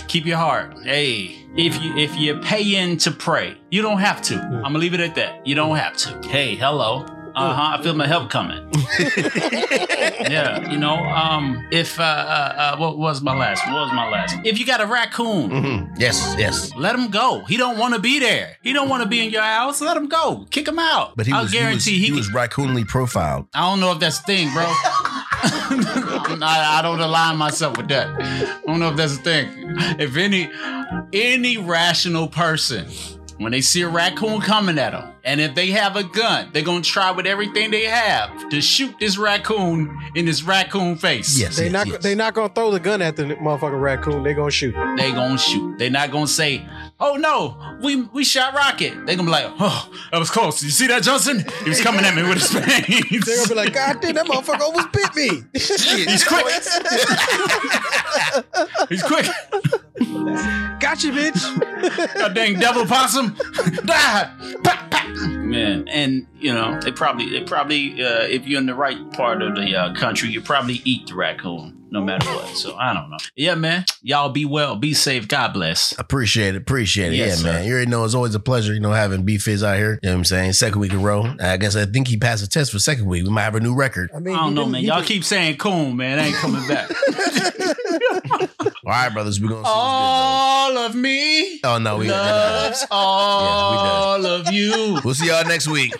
S4: Keep your heart. Hey, if you if you're paying to pray, you don't have to. I'm gonna leave it at that. You don't have to. Hey, hello. Uh huh. I feel my help coming. yeah, you know. Um, if uh, uh, uh, what was my last? What was my last? If you got a raccoon,
S3: yes, yes,
S4: let him go. He don't want to be there. He don't want to be in your house. Let him go. Kick him out.
S3: But he
S4: I'll
S3: was,
S4: guarantee
S3: he was, he was raccoonly profiled.
S4: I don't know if that's a thing, bro. I, I don't align myself with that. I don't know if that's a thing. If any any rational person, when they see a raccoon coming at them, and if they have a gun, they're gonna try with everything they have to shoot this raccoon in his raccoon face.
S2: they not they not gonna throw the gun at the motherfucking raccoon. They gonna shoot.
S4: They gonna shoot. They not gonna say, "Oh no, we we shot Rocket." They gonna be like, "Oh, that was close. You see that, Johnson? He was coming at me with his face." They're
S2: gonna be like, God damn, that motherfucker almost bit me.
S4: He's quick. He's quick.
S2: Gotcha, bitch.
S4: God dang devil possum. Die. Man, and you know they probably they probably uh, if you're in the right part of the uh, country, you probably eat the raccoon no matter what. So I don't know. Yeah, man. Y'all be well, be safe. God bless.
S3: Appreciate it. Appreciate it.
S4: Yes,
S3: yeah,
S4: sir.
S3: man. You already know it's always a pleasure, you know, having B Fizz out here. You know what I'm saying? Second week in a row. I guess I think he passed the test for second week. We might have a new record.
S4: I, don't know, man. Y'all keep saying coon, man. I ain't coming back.
S3: All right, brothers, we're going to see.
S4: All of me
S3: Oh, no, we
S4: loves all of you.
S3: We'll see y'all next week.